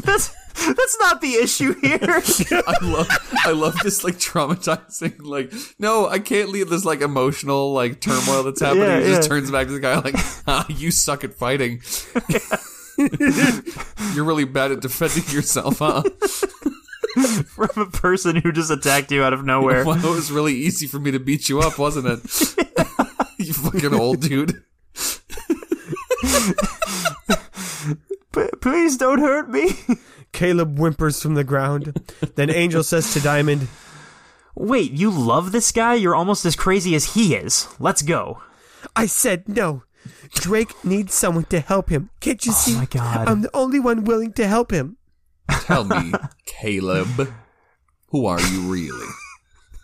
Speaker 3: That's, that's not the issue here.
Speaker 4: I love, I love this like traumatizing. Like, no, I can't leave this like emotional like turmoil that's happening.
Speaker 3: Yeah,
Speaker 4: he just
Speaker 3: yeah.
Speaker 4: turns back to the guy like, ah, "You suck at fighting. You're really bad at defending yourself, huh?
Speaker 3: From a person who just attacked you out of nowhere.
Speaker 4: Well, it was really easy for me to beat you up, wasn't it? you fucking old dude.
Speaker 3: P- please don't hurt me.
Speaker 1: Caleb whimpers from the ground. Then Angel says to Diamond,
Speaker 3: Wait, you love this guy? You're almost as crazy as he is. Let's go.
Speaker 1: I said no. Drake needs someone to help him. Can't you see?
Speaker 3: Oh my God.
Speaker 1: I'm the only one willing to help him.
Speaker 4: Tell me, Caleb, who are you really?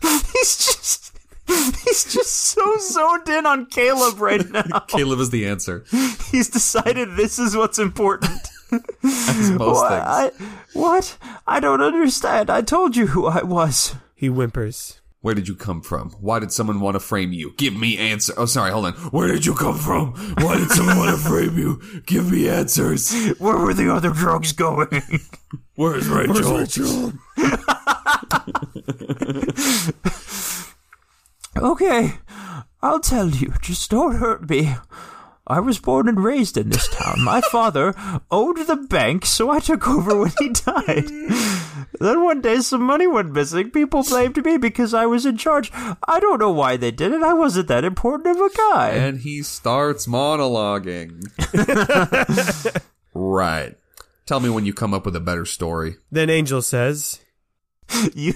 Speaker 3: He's just he's just so zoned in on Caleb right now.
Speaker 4: Caleb is the answer.
Speaker 3: He's decided this is what's important.
Speaker 4: It's most
Speaker 3: Why-
Speaker 4: things.
Speaker 3: I, what? I don't understand. I told you who I was.
Speaker 1: He whimpers.
Speaker 4: Where did you come from? Why did someone want to frame you? Give me answer. Oh, sorry, hold on. Where did you come from? Why did someone want to frame you? Give me answers.
Speaker 3: Where were the other drugs going?
Speaker 4: Where's Rachel?
Speaker 3: okay, I'll tell you. Just don't hurt me. I was born and raised in this town. My father owned the bank, so I took over when he died. Then one day some money went missing. People blamed me because I was in charge. I don't know why they did it. I wasn't that important of a guy.
Speaker 4: And he starts monologuing. right. Tell me when you come up with a better story.
Speaker 1: Then Angel says,
Speaker 3: You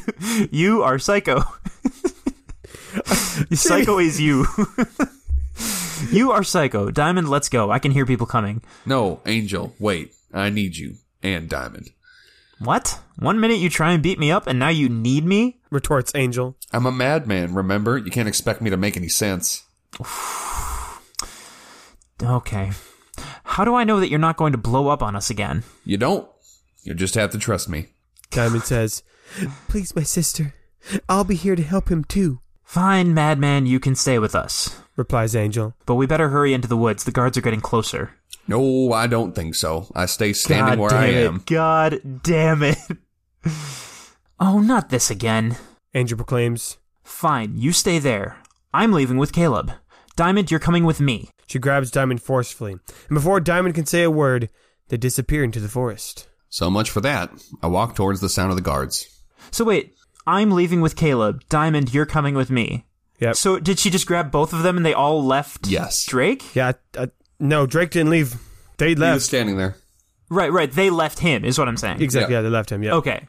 Speaker 3: you are psycho. psycho is you. you are psycho. Diamond, let's go. I can hear people coming.
Speaker 4: No, Angel, wait. I need you. And Diamond.
Speaker 3: What? One minute you try and beat me up and now you need me?
Speaker 1: retorts Angel.
Speaker 4: I'm a madman, remember? You can't expect me to make any sense.
Speaker 3: Okay. How do I know that you're not going to blow up on us again?
Speaker 4: You don't. You just have to trust me.
Speaker 1: Diamond says, Please, my sister. I'll be here to help him too,
Speaker 3: Fine, madman, you can stay with us.
Speaker 1: replies Angel.
Speaker 3: But we better hurry into the woods. The guards are getting closer.
Speaker 4: No, I don't think so. I stay standing
Speaker 3: God
Speaker 4: where
Speaker 3: damn
Speaker 4: I
Speaker 3: it.
Speaker 4: am.
Speaker 3: God damn it. oh, not this again.
Speaker 1: Andrew proclaims.
Speaker 3: Fine, you stay there. I'm leaving with Caleb. Diamond, you're coming with me.
Speaker 1: She grabs Diamond forcefully, and before Diamond can say a word, they disappear into the forest.
Speaker 4: So much for that. I walk towards the sound of the guards.
Speaker 3: So wait, I'm leaving with Caleb. Diamond, you're coming with me.
Speaker 1: Yep.
Speaker 3: So did she just grab both of them and they all left
Speaker 4: Yes.
Speaker 3: Drake?
Speaker 1: yeah, I, I, no, Drake didn't leave. They
Speaker 4: He was
Speaker 1: left.
Speaker 4: standing there.
Speaker 3: Right, right. They left him, is what I'm saying.
Speaker 1: Exactly.
Speaker 4: Yeah.
Speaker 1: Yeah, they left him. Yeah.
Speaker 3: Okay.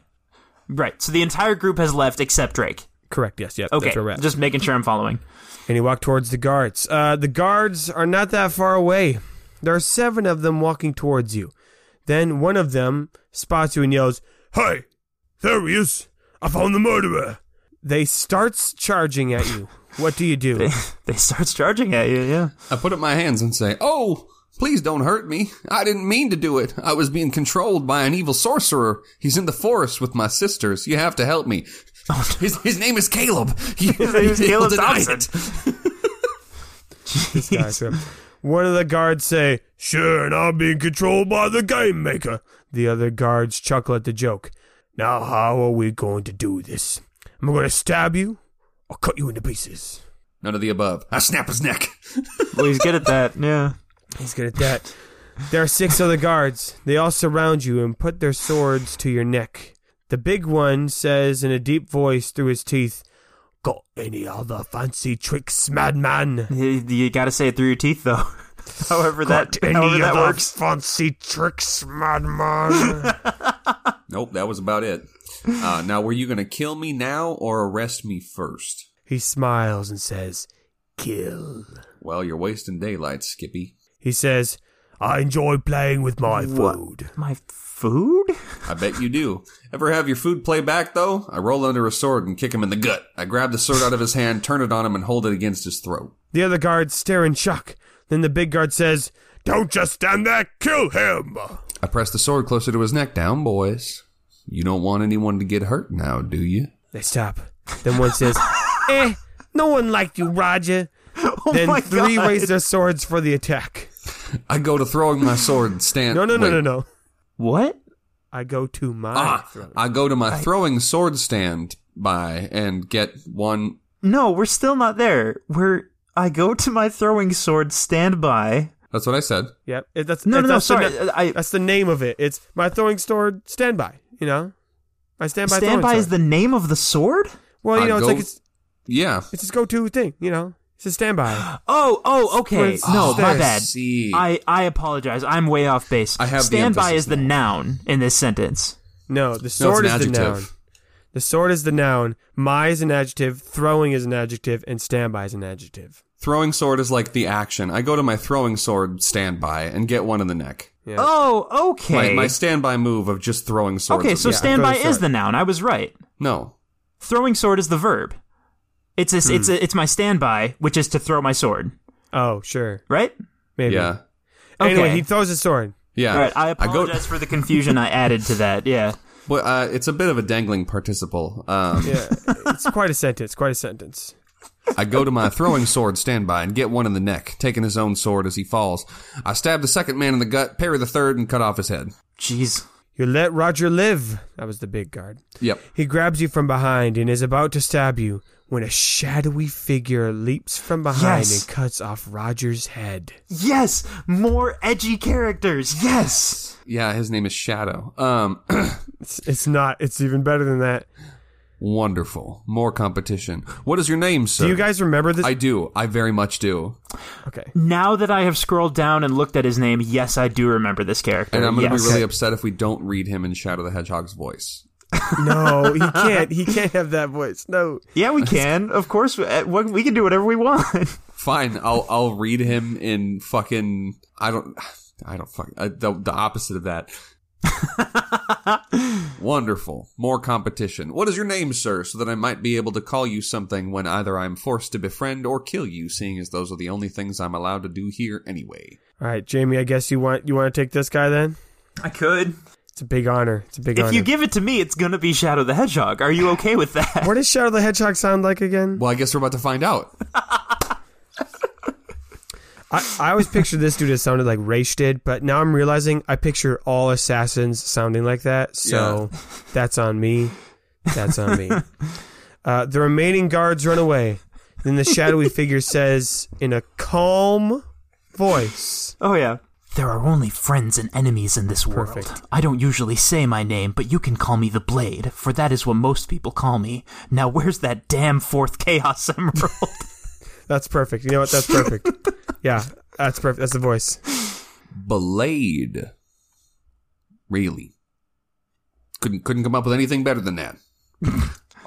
Speaker 3: Right. So the entire group has left except Drake.
Speaker 1: Correct. Yes. Yeah.
Speaker 3: Okay.
Speaker 1: That's where we're at.
Speaker 3: Just making sure I'm following.
Speaker 1: And he walked towards the guards. Uh, the guards are not that far away. There are seven of them walking towards you. Then one of them spots you and yells, Hey, there he is. I found the murderer. They starts charging at you. What do you do?
Speaker 3: They starts charging at you, yeah.
Speaker 4: I put up my hands and say, Oh, please don't hurt me. I didn't mean to do it. I was being controlled by an evil sorcerer. He's in the forest with my sisters. You have to help me. His, his name is Caleb. He,
Speaker 3: He's
Speaker 4: he'll
Speaker 3: Caleb
Speaker 4: deny
Speaker 3: Thompson.
Speaker 4: it.
Speaker 1: This guy threw him. One of the guards say, Sure, and I'm being controlled by the game maker. The other guards chuckle at the joke. Now, how are we going to do this? I'm going to stab you or cut you into pieces.
Speaker 4: None of the above. I snap his neck.
Speaker 3: Well, he's good at that, yeah.
Speaker 1: He's good at that. There are six other guards. They all surround you and put their swords to your neck. The big one says in a deep voice through his teeth, Got any other fancy tricks, madman?
Speaker 3: You, you gotta say it through your teeth, though. however that,
Speaker 1: Got
Speaker 3: however
Speaker 1: any
Speaker 3: that
Speaker 1: other
Speaker 3: works.
Speaker 1: fancy tricks, madman?
Speaker 4: Nope, that was about it. Uh, now, were you going to kill me now or arrest me first?
Speaker 1: he smiles and says, Kill.
Speaker 4: Well, you're wasting daylight, Skippy.
Speaker 1: He says, I enjoy playing with my food.
Speaker 3: My food?
Speaker 4: I bet you do. Ever have your food play back, though? I roll under a sword and kick him in the gut. I grab the sword out of his hand, turn it on him, and hold it against his throat.
Speaker 1: The other guards stare in shock. Then the big guard says, Don't just stand there, kill him!
Speaker 4: I press the sword closer to his neck. Down, boys. You don't want anyone to get hurt now, do you?
Speaker 1: They stop. Then one says, Eh, no one liked you, Roger.
Speaker 3: Oh
Speaker 1: then
Speaker 3: my
Speaker 1: three
Speaker 3: God.
Speaker 1: raise their swords for the attack.
Speaker 4: I go to throwing my sword and stand.
Speaker 1: No, no, no,
Speaker 4: wait.
Speaker 1: no, no.
Speaker 3: What?
Speaker 1: I go to my
Speaker 4: Ah,
Speaker 1: throne.
Speaker 4: I go to my throwing sword stand by and get one.
Speaker 3: No, we're still not there. We're. I go to my throwing sword standby.
Speaker 4: That's what I said.
Speaker 1: Yep. it- That's,
Speaker 3: No,
Speaker 1: it-
Speaker 3: no, no,
Speaker 1: that's the
Speaker 3: sorry.
Speaker 1: na-
Speaker 3: I-
Speaker 1: that's the name of it. It's my throwing sword standby, you know? My standby throwing
Speaker 3: Standby is
Speaker 1: sword.
Speaker 3: the name of the sword?
Speaker 1: Well, you
Speaker 4: I
Speaker 1: know, it's
Speaker 4: go-
Speaker 1: like it's,
Speaker 4: Yeah.
Speaker 1: it's his go to thing, you know? It's a standby.
Speaker 3: Oh, oh, okay.
Speaker 1: It's-
Speaker 3: no,
Speaker 1: Oh,
Speaker 3: my
Speaker 1: I
Speaker 3: bad.
Speaker 4: see.
Speaker 3: I, I apologize. I'm way off base.
Speaker 4: I have the
Speaker 3: standby
Speaker 4: emphasis
Speaker 3: is the noun in this sentence.
Speaker 1: No, the sword is
Speaker 4: an
Speaker 1: the
Speaker 4: adjective.
Speaker 1: noun. The sword is the noun. My is an adjective. Throwing is an adjective. And standby is an adjective.
Speaker 4: Throwing sword is like the action. I go to my throwing sword standby and get one in the neck.
Speaker 1: Yeah.
Speaker 3: Oh, okay.
Speaker 4: My, my standby move of just throwing swords.
Speaker 3: okay, so
Speaker 1: yeah,
Speaker 3: standby
Speaker 1: throwing
Speaker 3: is
Speaker 1: sword.
Speaker 3: the noun. I was right.
Speaker 4: no,
Speaker 3: Throwing sword is the verb. It's a,
Speaker 4: Hmm.
Speaker 3: it's a, it's my standby, which is to throw my sword.
Speaker 1: Oh, sure.
Speaker 3: Right?
Speaker 1: Maybe.
Speaker 4: yeah,
Speaker 1: Anyway,
Speaker 3: Okay.
Speaker 1: he throws his sword.
Speaker 4: yeah.
Speaker 3: All right. I
Speaker 4: go-
Speaker 3: apologize for the confusion I added to that. Yeah.
Speaker 4: Well, uh, it's a bit of a dangling participle. Um,
Speaker 1: Yeah, it's quite a sentence. Quite a sentence.
Speaker 4: I go to my throwing sword standby and get one in the neck, taking his own sword as he falls. I stab the second man in the gut, parry the third, and cut off his head.
Speaker 3: Jeez.
Speaker 1: You let Roger live. That was the big guard.
Speaker 4: Yep.
Speaker 1: He grabs you from behind and is about to stab you when a shadowy figure leaps from behind
Speaker 3: Yes.
Speaker 1: and cuts off Roger's head.
Speaker 3: Yes. More edgy characters. Yes.
Speaker 4: Yeah, his name is Shadow. Um,
Speaker 1: It's, it's not. It's even better than that.
Speaker 4: wonderful. More competition. What is your name, sir?
Speaker 1: Do you guys remember this?
Speaker 4: I do. I very much do.
Speaker 1: okay.
Speaker 3: Now that I have scrolled down and looked at his name, yes, I do remember this character.
Speaker 4: And I'm going to
Speaker 3: yes.
Speaker 4: be really upset if we don't read him in Shadow the Hedgehog's voice.
Speaker 1: No, he can't. He can't have that voice. No.
Speaker 3: Yeah, we can. Of course, we uh, we can do whatever we want.
Speaker 4: Fine, I'll I'll read him in fucking I don't I don't fuck uh, the, the opposite of that. Wonderful. More competition. What is your name, sir, so that I might be able to call you something when either I am forced to befriend or kill you, seeing as those are the only things I'm allowed to do here anyway.
Speaker 1: All right, Jamie. I guess you want you want to take this guy then.
Speaker 3: I could.
Speaker 1: It's a big honor. It's a big
Speaker 3: If
Speaker 1: honor.
Speaker 3: you give it to me, it's gonna be Shadow the Hedgehog. Are you okay with that?
Speaker 1: what does Shadow the Hedgehog sound like again?
Speaker 4: Well, I guess we're about to find out.
Speaker 1: I, I always pictured this dude as sounded like Raish did, but now I'm realizing I picture all assassins sounding like that. So that's on me. That's on me. Uh, the remaining guards run away. Then the shadowy figure says in a calm voice,
Speaker 3: Oh yeah. There are only friends and enemies in this world.
Speaker 1: Perfect.
Speaker 3: I don't usually say my name, but you can call me the Blade, for that is what most people call me. Now, where's that damn fourth Chaos Emerald?
Speaker 1: "That's perfect." You know what? That's perfect. yeah, that's perfect. That's the voice.
Speaker 4: Blade. Really. Couldn't couldn't come up with anything better than that.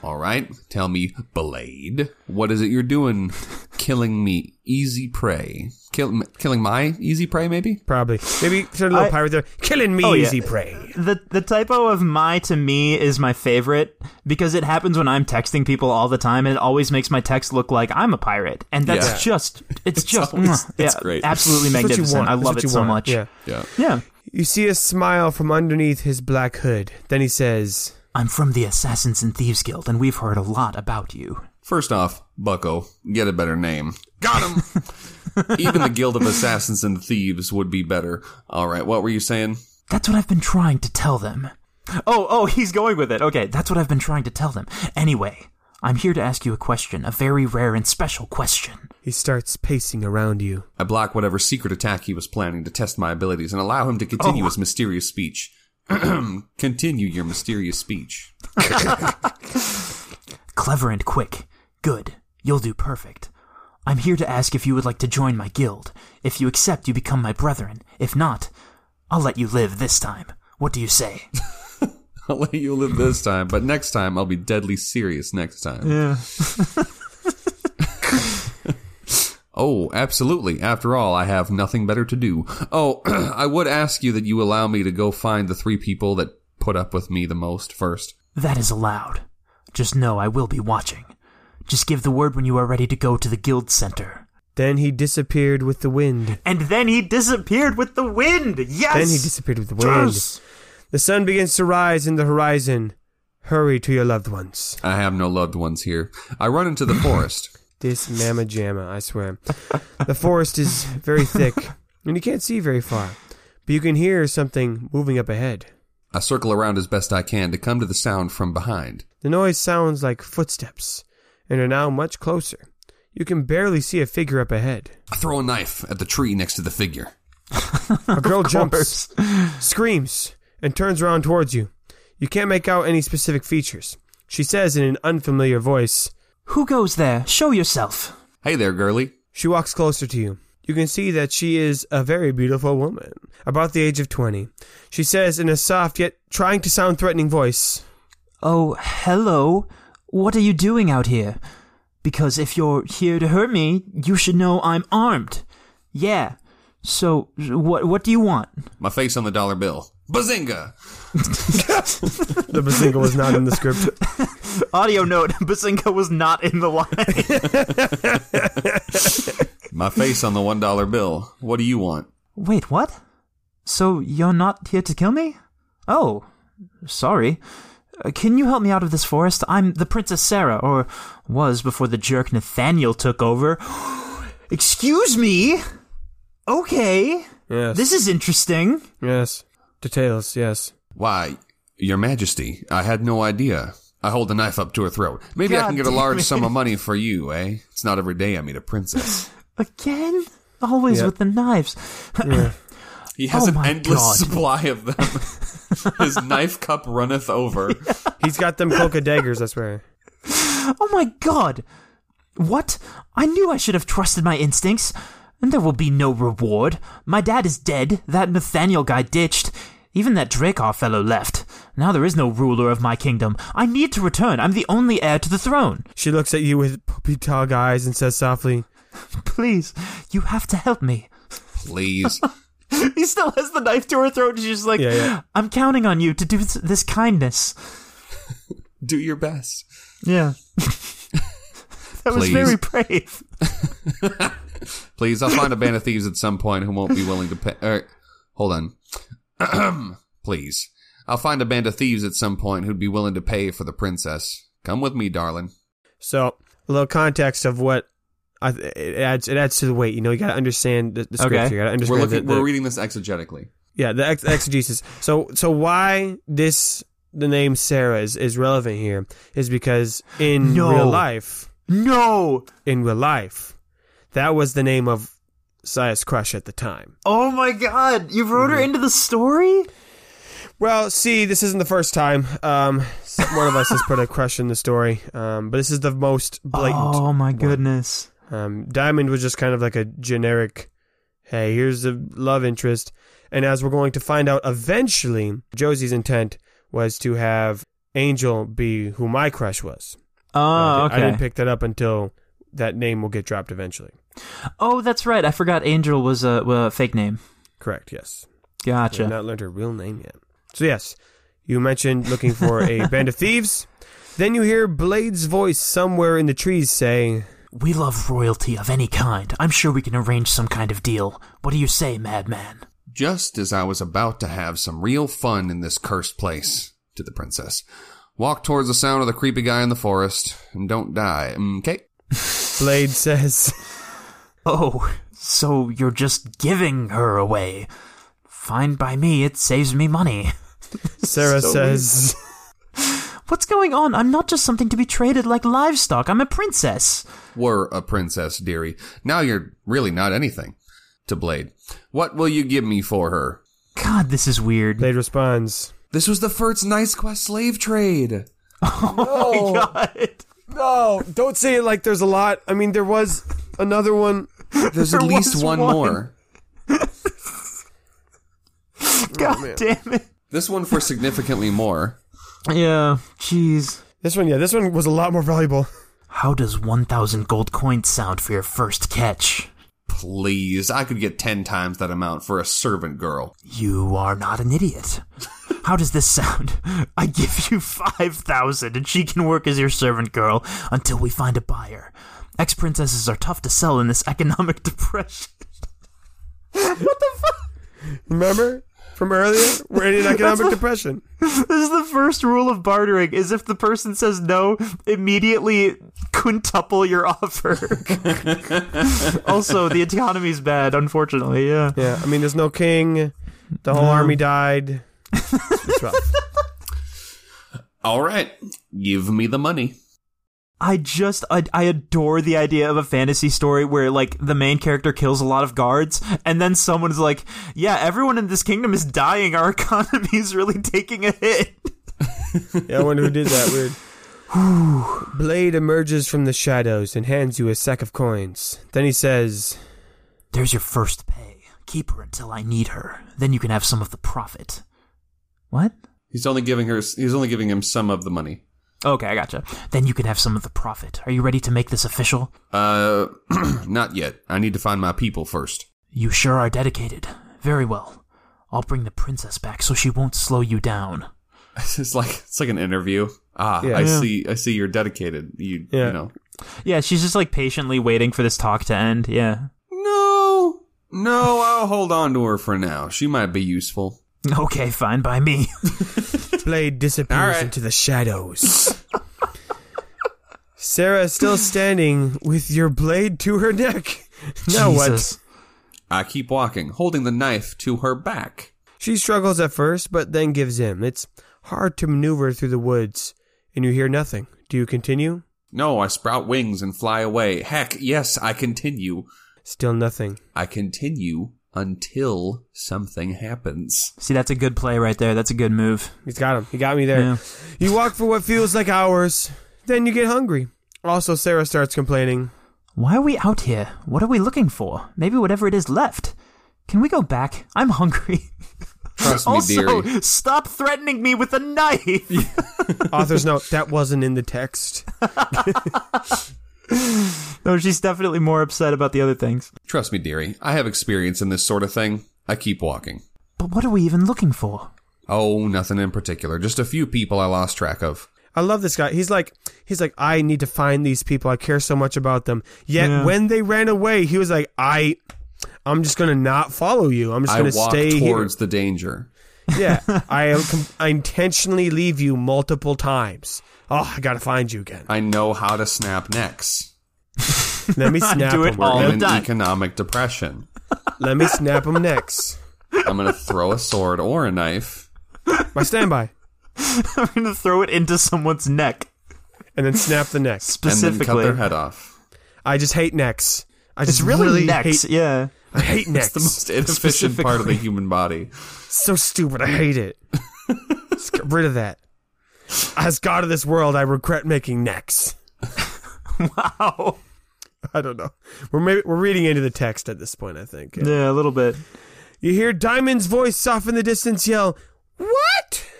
Speaker 4: All right, tell me, Blade, what is it you're doing? Killing me, easy prey. Kill, killing my easy prey, maybe?
Speaker 1: Probably. Maybe throw a little
Speaker 3: I-
Speaker 1: pirate there. Killing me
Speaker 3: Oh, yeah.
Speaker 1: easy prey.
Speaker 3: the the typo of my to me is my favorite because it happens when I'm texting people all the time and it always makes my text look like I'm a pirate. And that's
Speaker 4: Yeah.
Speaker 3: just it's, just
Speaker 4: always-
Speaker 3: mwah.
Speaker 4: it's
Speaker 3: yeah,
Speaker 4: great.
Speaker 3: absolutely
Speaker 1: That's what you
Speaker 3: magnificent.
Speaker 1: want.
Speaker 3: I
Speaker 1: That's
Speaker 3: love
Speaker 1: what
Speaker 3: it
Speaker 1: you
Speaker 3: so
Speaker 1: want.
Speaker 3: much.
Speaker 1: Yeah.
Speaker 4: Yeah.
Speaker 3: yeah.
Speaker 1: You see a smile from underneath his black hood. Then he says,
Speaker 3: I'm from the Assassins and Thieves Guild and we've heard a lot about you.
Speaker 4: First off, Bucko, get a better name. Got him! Even the Guild of Assassins and Thieves would be better. All right, what were you saying?
Speaker 3: That's what I've been trying to tell them. Oh, oh, he's going with it. Okay, that's what I've been trying to tell them. Anyway, I'm here to ask you a question, a very rare and special question.
Speaker 1: he starts pacing around you.
Speaker 4: I block whatever secret attack he was planning to test my abilities and allow him to continue his mysterious speech. continue your mysterious speech.
Speaker 3: Clever and quick. Good. You'll do perfect. I'm here to ask if you would like to join my guild. If you accept, you become my brethren. If not, I'll let you live this time. What do you say?
Speaker 4: I'll let you live this time, but next time I'll be deadly serious next time.
Speaker 3: Yeah.
Speaker 4: Oh, absolutely. After all, I have nothing better to do. Oh, I would ask you that you allow me to go find the three people that put up with me the most first.
Speaker 3: That is allowed. Just know I will be watching. Just give the word when you are ready to go to the guild center.
Speaker 1: Then he disappeared with the wind.
Speaker 3: And then he disappeared with the wind. Yes.
Speaker 1: Then he disappeared with the wind. The sun begins to rise in the horizon. Hurry to your loved ones.
Speaker 4: I have no loved ones here. I run into the forest.
Speaker 1: This mamma jamma, I swear. The forest is very thick, and you can't see very far, but you can hear something moving up ahead.
Speaker 4: I circle around as best I can to come to the sound from behind.
Speaker 1: The noise sounds like footsteps, and are now much closer. You can barely see a figure up ahead.
Speaker 4: I throw a knife at the tree next to the figure.
Speaker 1: A girl jumps,
Speaker 3: Course.
Speaker 1: screams, and turns around towards you. You can't make out any specific features. She says in an unfamiliar voice,
Speaker 3: Who goes there? Show yourself.
Speaker 4: Hey there, girlie.
Speaker 1: She walks closer to you. You can see that she is a very beautiful woman, about the age of 20. She says in a soft yet trying to sound threatening voice,
Speaker 3: Oh, hello. What are you doing out here? Because if you're here to hurt me, you should know I'm armed. Yeah. So what what do you want?
Speaker 4: My face on the dollar bill. Bazinga!
Speaker 1: The bazinga was not in the script.
Speaker 3: Audio note: Basinka was not in the line.
Speaker 4: My face on the one dollar bill. What do you want?
Speaker 3: Wait, what? So you're not here to kill me? Oh, sorry. Uh, Can you help me out of this forest? I'm the Princess Sarah, or was before the jerk Nathaniel took over. Excuse me? Okay.
Speaker 1: Yes.
Speaker 3: This is interesting.
Speaker 1: yes. Details, yes.
Speaker 4: Why, Your Majesty, I had no idea. I hold the knife up to her throat. Maybe I
Speaker 3: God
Speaker 4: can get a
Speaker 3: damn
Speaker 4: large
Speaker 3: it.
Speaker 4: sum of money for you, eh? It's not every day I meet a princess.
Speaker 3: Again? Always
Speaker 1: Yeah.
Speaker 3: with the knives.
Speaker 4: He has
Speaker 3: Oh
Speaker 4: an
Speaker 3: my
Speaker 4: endless
Speaker 3: God.
Speaker 4: supply of them. His knife cup runneth over.
Speaker 1: He's got them cloak of daggers, I swear.
Speaker 3: Oh my god! What? I knew I should have trusted my instincts. And there will be no reward. My dad is dead. That Nathaniel guy ditched. Even that Dracar fellow left. Now there is no ruler of my kingdom. I need to return. I'm the only heir to the throne.
Speaker 1: She looks at you with puppy dog eyes and says softly,
Speaker 3: Please, you have to help me.
Speaker 4: Please.
Speaker 3: He still has the knife to her throat, and she's like,
Speaker 1: Yeah, yeah.
Speaker 3: I'm counting on you to do this, this kindness.
Speaker 4: Do your best.
Speaker 3: Yeah. that was
Speaker 4: Please.
Speaker 3: very brave.
Speaker 4: Please, I'll find a band of thieves at some point who won't be willing to pay. Er, hold on. Please. I'll find a band of thieves at some point who'd be willing to pay for the princess. Come with me, darling.
Speaker 1: So, a little context of what I, it adds it adds to the weight. You know, you got to understand the, the
Speaker 3: Okay.
Speaker 1: scripture. You got to understand.
Speaker 4: We're
Speaker 1: the-
Speaker 4: looking.
Speaker 1: the-
Speaker 4: We're reading this exegetically.
Speaker 1: yeah, the ex- exegesis. so so why this the name Sarah is, is relevant here is because in
Speaker 3: No.
Speaker 1: real life,
Speaker 3: No.
Speaker 1: in real life, that was the name of Sia's crush at the time.
Speaker 3: Oh my god, you wrote
Speaker 1: Mm-hmm.
Speaker 3: her into the story?
Speaker 1: Well, see, this isn't the first time. Um, s- one of us has put a crush in the story, um, but this is the most blatant.
Speaker 3: Oh my goodness.
Speaker 1: Um, Diamond was just kind of like a generic, hey, here's the love interest. And as we're going to find out eventually, Josie's intent was to have Angel be who my crush was. I
Speaker 3: Oh,
Speaker 1: di- I
Speaker 3: okay.
Speaker 1: didn't pick that up until that name will get dropped eventually.
Speaker 3: oh, that's right. I forgot Angel was a, a fake name.
Speaker 1: Correct, yes. I've
Speaker 3: Gotcha.
Speaker 1: not learned her real name yet. So, yes, you mentioned looking for a band of thieves. Then you hear Blade's voice somewhere in the trees say,
Speaker 3: We love royalty of any kind. I'm sure we can arrange some kind of deal. What do you say, madman?
Speaker 4: Just as I was about to have some real fun in this cursed place, to the princess, walk towards the sound of the creepy guy in the forest and don't die. Okay.
Speaker 1: Blade says,
Speaker 3: Oh, so you're just giving her away. Fine by me, it saves me money.
Speaker 1: Sarah says,
Speaker 3: What's going on? I'm not just something to be traded like livestock. I'm a princess.
Speaker 4: Were a princess, dearie. Now you're really not anything. To Blade. What will you give me for her?
Speaker 3: God, this is weird.
Speaker 1: Blade responds,
Speaker 4: This was the first Nice Quest slave trade.
Speaker 3: Oh my god.
Speaker 1: No, Oh, don't say it like there's a lot. I mean, there was another one.
Speaker 4: There's at
Speaker 3: There
Speaker 4: least
Speaker 3: was
Speaker 4: one,
Speaker 3: one.
Speaker 4: more.
Speaker 3: God damn it.
Speaker 4: This one for significantly more.
Speaker 3: Yeah, jeez.
Speaker 1: This one, yeah, this one was a lot more valuable.
Speaker 3: How does 1,000 gold coins sound for your first catch?
Speaker 4: Please, I could get ten times that amount for a servant girl.
Speaker 3: You are not an idiot. How does this sound? I give you 5,000 and she can work as your servant girl until we find a buyer. Ex princesses are tough to sell in this economic depression.
Speaker 1: Remember from earlier? We're in an economic depression.
Speaker 3: This is the first rule of bartering is if the person says no, immediately quintuple your offer. also, the economy's bad, unfortunately, yeah.
Speaker 1: Yeah, I mean, there's no king. The whole army died. It's rough.
Speaker 4: All right, give me the money.
Speaker 3: I just I, I adore the idea of a fantasy story where like the main character kills a lot of guards and then someone's like, "Yeah, everyone in this kingdom is dying. Our economy is really taking a hit."
Speaker 1: Yeah, I wonder who did that. Weird. Blade emerges from the shadows and hands you a sack of coins. Then he says,
Speaker 3: There's your first pay. Keep her until I need her. Then you can have some of the profit. What?
Speaker 4: He's only giving her. He's only giving him some of the money.
Speaker 3: Okay, I gotcha. Then you can have some of the profit. Are you ready to make this official?
Speaker 4: Uh, not yet. I need to find my people first.
Speaker 3: You sure are dedicated. Very well. I'll bring the princess back so she won't slow you down.
Speaker 4: It's like it's like an interview. Ah,
Speaker 1: Yeah.
Speaker 4: I
Speaker 1: Yeah.
Speaker 4: see. I see. You're dedicated. You,
Speaker 1: Yeah.
Speaker 4: you know.
Speaker 3: Yeah, she's just like patiently waiting for this talk to end. Yeah.
Speaker 4: No, no. I'll hold on to her for now. She might be useful.
Speaker 3: Okay, fine by me.
Speaker 1: Blade disappears
Speaker 4: All right.
Speaker 1: into the shadows. Sarah is still standing with your blade to her neck. Now what?
Speaker 3: Jesus.
Speaker 4: I keep walking, holding the knife to her back.
Speaker 1: She struggles at first, but then gives in. It's hard to maneuver through the woods, and you hear nothing. Do you continue?
Speaker 4: No, I sprout wings and fly away. Heck, yes, I continue.
Speaker 1: Still nothing.
Speaker 4: I continue until something happens.
Speaker 3: See, that's a good play right there. That's a good move.
Speaker 1: He's got him. He got me there.
Speaker 3: Yeah.
Speaker 1: You walk for what feels like hours, then you get hungry. Also, Sarah starts complaining.
Speaker 3: Why are we out here? What are we looking for? Maybe whatever it is left. Can we go back? I'm hungry.
Speaker 4: Trust me,
Speaker 3: also,
Speaker 4: dearie.
Speaker 3: stop threatening me with a knife.
Speaker 1: Author's note that wasn't in the text.
Speaker 3: no, she's definitely more upset about the other things.
Speaker 4: Trust me, dearie. I have experience in this sort of thing. I keep walking.
Speaker 3: But what are we even looking for?
Speaker 4: Oh, nothing in particular. Just a few people I lost track of.
Speaker 1: I love this guy. He's like, he's like, I need to find these people. I care so much about them. Yet
Speaker 3: Yeah.
Speaker 1: when they ran away, he was like, I, I'm just gonna not follow you. I'm just
Speaker 4: I
Speaker 1: gonna
Speaker 4: walk
Speaker 1: stay here.
Speaker 4: towards the danger.
Speaker 1: Yeah, I, am com- I intentionally leave you multiple times. Oh, I gotta find you again.
Speaker 4: I know how to snap necks.
Speaker 1: Let me snap
Speaker 3: do it
Speaker 1: him.
Speaker 3: all.
Speaker 4: We're
Speaker 3: I'm
Speaker 4: in
Speaker 3: done.
Speaker 4: economic depression.
Speaker 1: Let me snap him next.
Speaker 4: I'm gonna throw a sword or a knife.
Speaker 1: My standby,
Speaker 3: I'm going to throw it into someone's neck
Speaker 1: and then snap the neck.
Speaker 4: and then
Speaker 3: specifically.
Speaker 4: cut their head off.
Speaker 1: I just hate necks. I just
Speaker 3: It's really, necks,
Speaker 1: Hate,
Speaker 3: yeah.
Speaker 1: I hate necks.
Speaker 4: It's the most inefficient part of the human body.
Speaker 1: so stupid. I hate it. Let's get rid of that. As God of this world, I regret making necks.
Speaker 3: Wow.
Speaker 1: I don't know. We're maybe, we're reading into the text at this point. I think.
Speaker 3: Yeah, a little bit.
Speaker 1: You hear Diamond's voice off in the distance yell, "What?"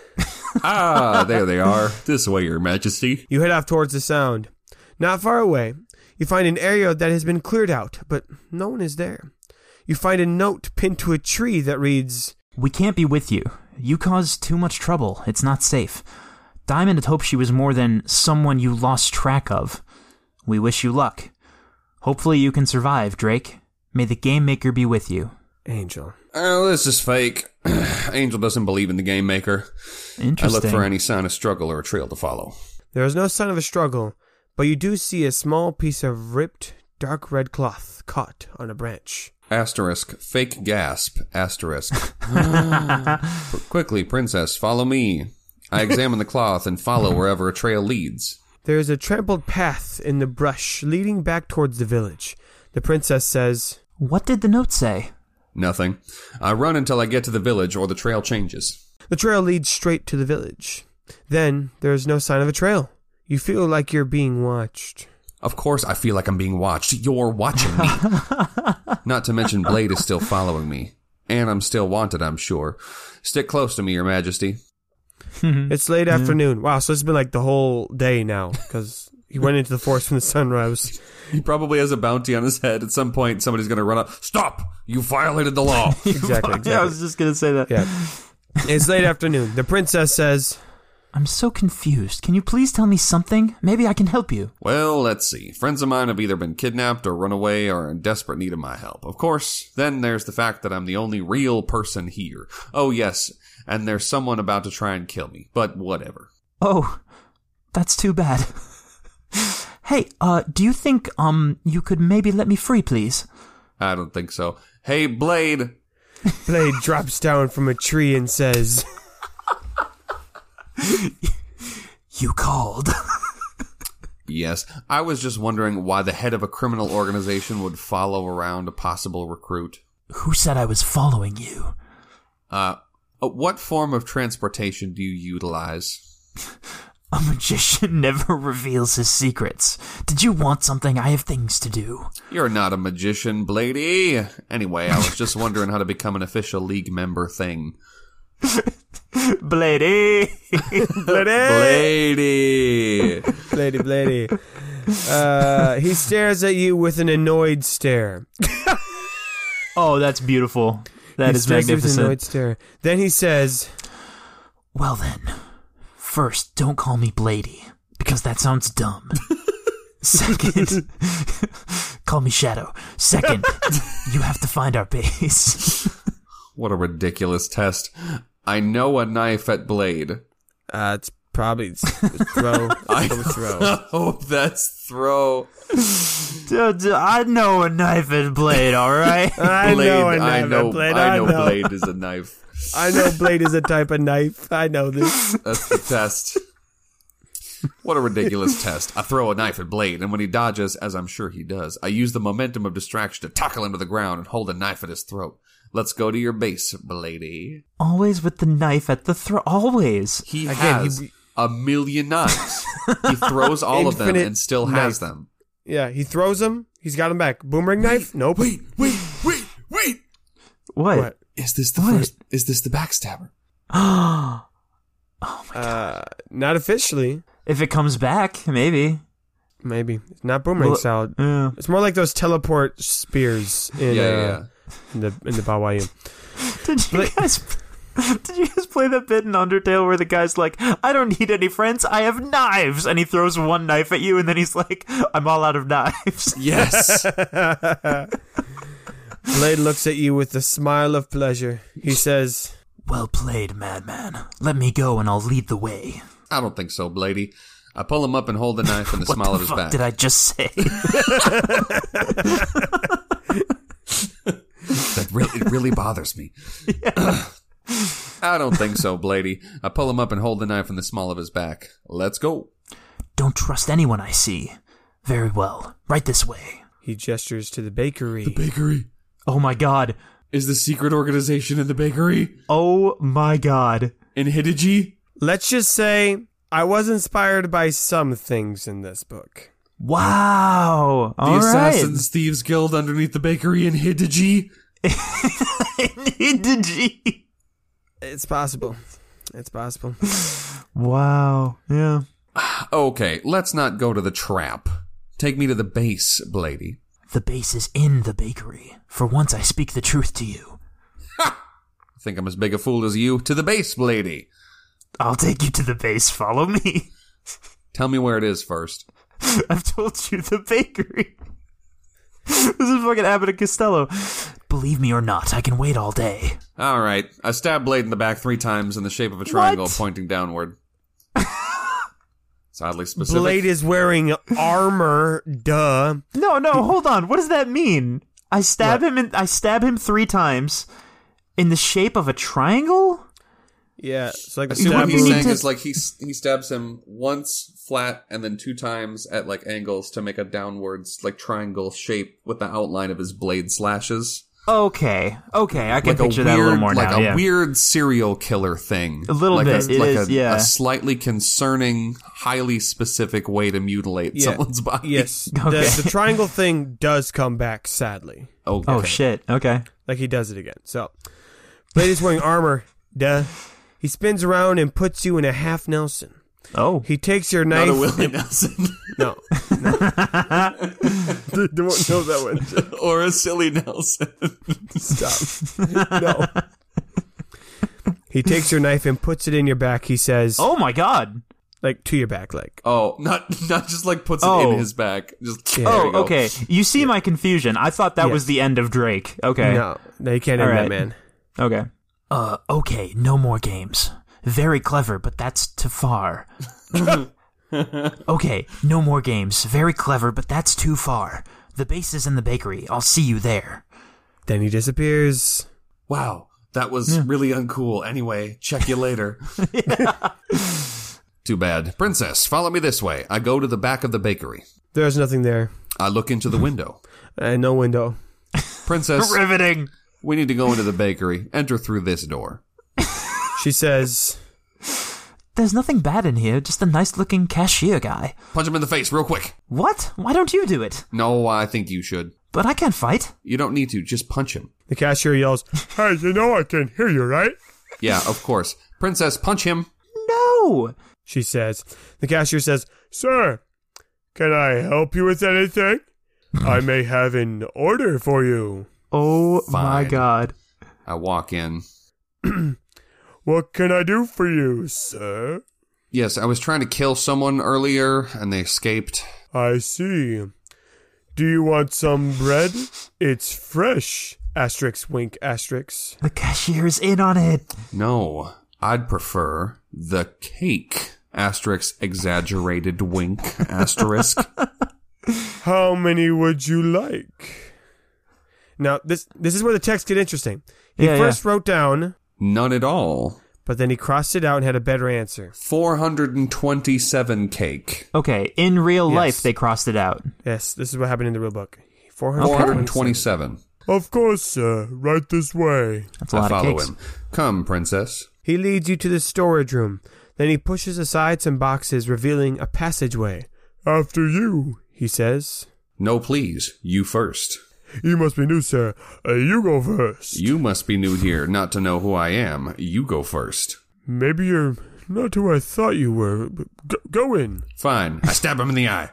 Speaker 4: Ah, there they are. This way, Your Majesty.
Speaker 1: You head off towards the sound. Not far away, you find an area that has been cleared out, but no one is there. You find a note pinned to a tree that reads,
Speaker 3: We can't be with you. You caused too much trouble. It's not safe. Diamond had hoped she was more than someone you lost track of. We wish you luck. Hopefully you can survive, Drake. May the game maker be with you.
Speaker 1: "Angel."
Speaker 4: Oh, this is fake. Angel doesn't believe in the game maker. I
Speaker 3: Interesting.
Speaker 4: look for any sign of struggle or a trail to follow.
Speaker 1: There is no sign of a struggle, but you do see a small piece of ripped, dark red cloth caught on a branch.
Speaker 4: Asterisk, fake gasp, asterisk. Quickly, princess, follow me. I examine the cloth and follow wherever a trail leads.
Speaker 1: There is a trampled path in the brush leading back towards the village. The princess says,
Speaker 3: what did the note say?
Speaker 4: Nothing. I run until I get to the village or the trail changes.
Speaker 1: The trail leads straight to the village. Then there is no sign of a trail. You feel like you're being watched.
Speaker 4: Of course, I feel like I'm being watched. You're watching me. Not to mention, Blade is still following me. And I'm still wanted, I'm sure. Stick close to me, Your Majesty.
Speaker 1: It's late afternoon. Wow, so it's been like the whole day now because he went into the forest when the sun rose.
Speaker 4: He probably has a bounty on his head. At some point, somebody's going to run up. Stop! You violated the law.
Speaker 1: Exactly.
Speaker 3: Yeah, I
Speaker 1: exactly.
Speaker 3: was just going to say that.
Speaker 1: Yeah. It's late afternoon. The princess says,
Speaker 3: I'm so confused. Can you please tell me something? Maybe I can help you.
Speaker 4: Well, let's see. Friends of mine have either been kidnapped or run away or are in desperate need of my help. Of course, then there's the fact that I'm the only real person here. Oh, yes, and there's someone about to try and kill me, but whatever.
Speaker 3: Oh, that's too bad. hey, uh, do you think, um, you could maybe let me free, please?
Speaker 4: I don't think so. Hey, Blade!
Speaker 1: Blade drops down from a tree and says,
Speaker 3: You called.
Speaker 4: Yes, I was just wondering why the head of a criminal organization would follow around a possible recruit.
Speaker 3: Who said I was following you?
Speaker 4: Uh, uh, what form of transportation do you utilize?
Speaker 3: A magician never reveals his secrets. Did you want something? I have things to do.
Speaker 4: You're not a magician, Blady. Anyway, I was just wondering how to become an official league member thing.
Speaker 3: Blady!
Speaker 1: Blade!
Speaker 4: Blady.
Speaker 1: Blady, Blady. Uh, he stares at you with an annoyed stare.
Speaker 3: oh, that's beautiful. That
Speaker 1: he
Speaker 3: is
Speaker 1: stares at you with an annoyed
Speaker 3: magnificent.
Speaker 1: stare. Then he says,
Speaker 3: Well then, first, don't call me Blady, because that sounds dumb. Second, call me Shadow. Second, you have to find our base.
Speaker 4: what a ridiculous test. I know a knife at Blade.
Speaker 1: uh, it's probably it's, it's throw. I throw.
Speaker 4: Oh, that's throw.
Speaker 3: Dude, I know a knife and blade, alright?
Speaker 1: I
Speaker 4: Blade.
Speaker 1: know, I know,
Speaker 4: I know,
Speaker 1: Blade.
Speaker 4: I
Speaker 1: I
Speaker 4: know
Speaker 1: know.
Speaker 4: Blade is a knife.
Speaker 1: I know Blade is a type of knife. I know this.
Speaker 4: That's the test. What a ridiculous test. I throw a knife at Blade, and when he dodges, as I'm sure he does, I use the momentum of distraction to tackle him to the ground and hold a knife at his throat. Let's go to your base, Blady.
Speaker 3: Always with the knife at the throat. Always.
Speaker 4: He
Speaker 1: he
Speaker 4: has
Speaker 1: be-
Speaker 4: a million knives. he throws all of them
Speaker 1: Infinite
Speaker 4: and still has them.
Speaker 1: Yeah, he throws him. He's got him back. Boomerang knife? Nope.
Speaker 2: Wait, wait, wait, wait.
Speaker 3: What?
Speaker 1: What?
Speaker 2: Is this the
Speaker 3: What?
Speaker 2: first? Is this the backstabber?
Speaker 3: oh my god.
Speaker 1: Uh, not officially.
Speaker 3: If it comes back, maybe.
Speaker 1: Maybe it's not boomerang
Speaker 3: Well,
Speaker 1: salad.
Speaker 3: Yeah.
Speaker 1: It's more like those teleport spears in,
Speaker 4: yeah,
Speaker 1: uh,
Speaker 4: yeah.
Speaker 1: in the in the Bawayu.
Speaker 3: Did you
Speaker 1: But-
Speaker 3: guys Did you guys play that bit in Undertale where the guy's like, I don't need any friends, I have knives and he throws one knife at you and then he's like, I'm all out of knives.
Speaker 4: Yes.
Speaker 1: Blade looks at you with a smile of pleasure. He says,
Speaker 3: Well played, madman. Let me go and I'll lead the way.
Speaker 4: I don't think so, Blady. I pull him up and hold the knife in the
Speaker 3: What
Speaker 4: small
Speaker 3: the
Speaker 4: of his
Speaker 3: fuck
Speaker 4: back.
Speaker 3: did I just say?
Speaker 4: That really, it really bothers me. I don't think so, Blady. I pull him up and hold the knife in the small of his back. Let's go.
Speaker 3: Don't trust anyone I see. Very well. Right this way.
Speaker 1: He gestures to the bakery.
Speaker 2: Bakery.
Speaker 3: Oh my god.
Speaker 2: Is the secret organization in the bakery?
Speaker 3: Oh my god.
Speaker 2: In Hidiji?
Speaker 1: Let's just say I was inspired by some things in this book.
Speaker 3: Wow.
Speaker 2: The
Speaker 3: All right.
Speaker 2: Assassin's Thieves Guild underneath the bakery in Hidiji?
Speaker 3: Indigi.
Speaker 1: It's possible. It's possible.
Speaker 3: Wow. Yeah.
Speaker 4: Okay, let's not go to the trap. Take me to the base, Blady.
Speaker 3: The base is in the bakery. For once I speak the truth to you.
Speaker 4: I think I'm as big a fool as you. To the base, Blady.
Speaker 3: I'll take you to the base. Follow me.
Speaker 4: Tell me where it is first.
Speaker 3: I've told you the bakery. this is fucking Abbott and Costello. Believe me or not, I can wait all day.
Speaker 4: All right. I stab Blade in the back three times in the shape of a triangle
Speaker 3: What?
Speaker 4: pointing downward. it's oddly specific.
Speaker 1: Blade is wearing armor. Duh.
Speaker 3: No, no, hold on. What does that mean? I stab him in I stab him three times in the shape of a triangle?
Speaker 1: Yeah. It's like the
Speaker 4: I assume what
Speaker 1: stab
Speaker 4: he's
Speaker 1: wound.
Speaker 4: saying
Speaker 3: to-
Speaker 4: is like he s- he stabs him once flat and then two times at like angles to make a downwards like triangle shape with the outline of his blade slashes.
Speaker 3: Okay. Okay, I can
Speaker 4: Like
Speaker 3: picture
Speaker 4: a weird,
Speaker 3: that a little more
Speaker 4: like
Speaker 3: now.
Speaker 4: a
Speaker 3: yeah.
Speaker 4: weird serial killer thing.
Speaker 3: A little
Speaker 4: like
Speaker 3: bit, it is,
Speaker 4: a,
Speaker 3: yeah.
Speaker 4: a slightly concerning, highly specific way to mutilate
Speaker 1: Yeah.
Speaker 4: someone's body.
Speaker 1: Yes.
Speaker 3: Okay.
Speaker 1: The, the triangle thing does come back, sadly.
Speaker 4: Okay.
Speaker 3: oh shit. Okay.
Speaker 1: Like he does it again. So, Blade is wearing armor. Duh. He spins around and puts you in a half Nelson.
Speaker 3: Oh.
Speaker 1: He takes your knife.
Speaker 4: Not a Willie Nelson
Speaker 1: No. no. Don't know that one.
Speaker 4: or a silly Nelson.
Speaker 1: No. He takes your knife and puts it in your back. He says,
Speaker 3: Oh my god.
Speaker 1: like to your back, like
Speaker 4: Oh, not not just like puts it
Speaker 3: Oh.
Speaker 4: in his back. Just
Speaker 1: Yeah.
Speaker 4: there
Speaker 3: Oh,
Speaker 4: you go.
Speaker 3: okay. You see my confusion. I thought that
Speaker 1: Yeah.
Speaker 3: was the end of Drake. Okay.
Speaker 1: no, no, you can't
Speaker 3: All
Speaker 1: end
Speaker 3: right.
Speaker 1: that man.
Speaker 3: Okay. Uh, okay, no more games. Very clever, but that's too far. okay, no more games. Very clever, but that's too far. The base is in the bakery. I'll see you there.
Speaker 1: Then he disappears.
Speaker 4: wow, that was really uncool. Anyway, check you later. Too bad. Princess, follow me this way. I go to the back of the bakery.
Speaker 1: There's nothing there,
Speaker 4: I look into the window.
Speaker 1: and no window.
Speaker 4: Princess,
Speaker 3: Riveting.
Speaker 4: we need to go into the bakery. Enter through this door.
Speaker 1: She says,
Speaker 3: There's nothing bad in here, just a nice looking cashier guy.
Speaker 4: Punch him in the face real quick.
Speaker 3: What? Why don't you do it?
Speaker 4: No, I think you should.
Speaker 3: But I can't fight.
Speaker 4: You don't need to. Just punch him.
Speaker 1: the cashier yells, "Hey, you know I can hear you, right?"
Speaker 4: Yeah, of course. Princess, punch him.
Speaker 3: No!
Speaker 1: She says. The cashier says, "Sir, can I help you with anything? I may have an order for you.
Speaker 3: Oh my
Speaker 4: Fine.
Speaker 3: god.
Speaker 4: I walk in.
Speaker 1: What can I do for you, sir?"
Speaker 4: Yes, I was trying to kill someone earlier and they escaped.
Speaker 1: I see. Do you want some bread? It's fresh. Asterisk wink asterisk.
Speaker 3: The cashier's in on it.
Speaker 4: No, I'd prefer the cake. Asterisk exaggerated wink. Asterisk.
Speaker 1: How many would you like? Now this this is where the text get interesting. He
Speaker 3: Yeah,
Speaker 1: first wrote down,
Speaker 4: None at all.
Speaker 1: but then he crossed it out and had a better answer.
Speaker 4: 427 cake.
Speaker 3: Okay, in real
Speaker 1: Yes.
Speaker 3: life, they crossed it out.
Speaker 1: Yes, this is what happened in the real book. Four hundred twenty.
Speaker 4: 427.
Speaker 1: Of course, sir. Right this way.
Speaker 3: That's a
Speaker 4: I
Speaker 3: lot of
Speaker 4: follow
Speaker 3: cakes.
Speaker 4: him. Come, princess.
Speaker 1: He leads you to the storage room. Then he pushes aside some boxes, revealing a passageway. After you, he says.
Speaker 4: No, please. You first.
Speaker 1: You must be new, sir. Uh, you go first.
Speaker 4: You must be new here not to know who I am. You go first.
Speaker 1: Maybe you're not who I thought you were. but Go, go in.
Speaker 4: Fine. I stab him in the eye.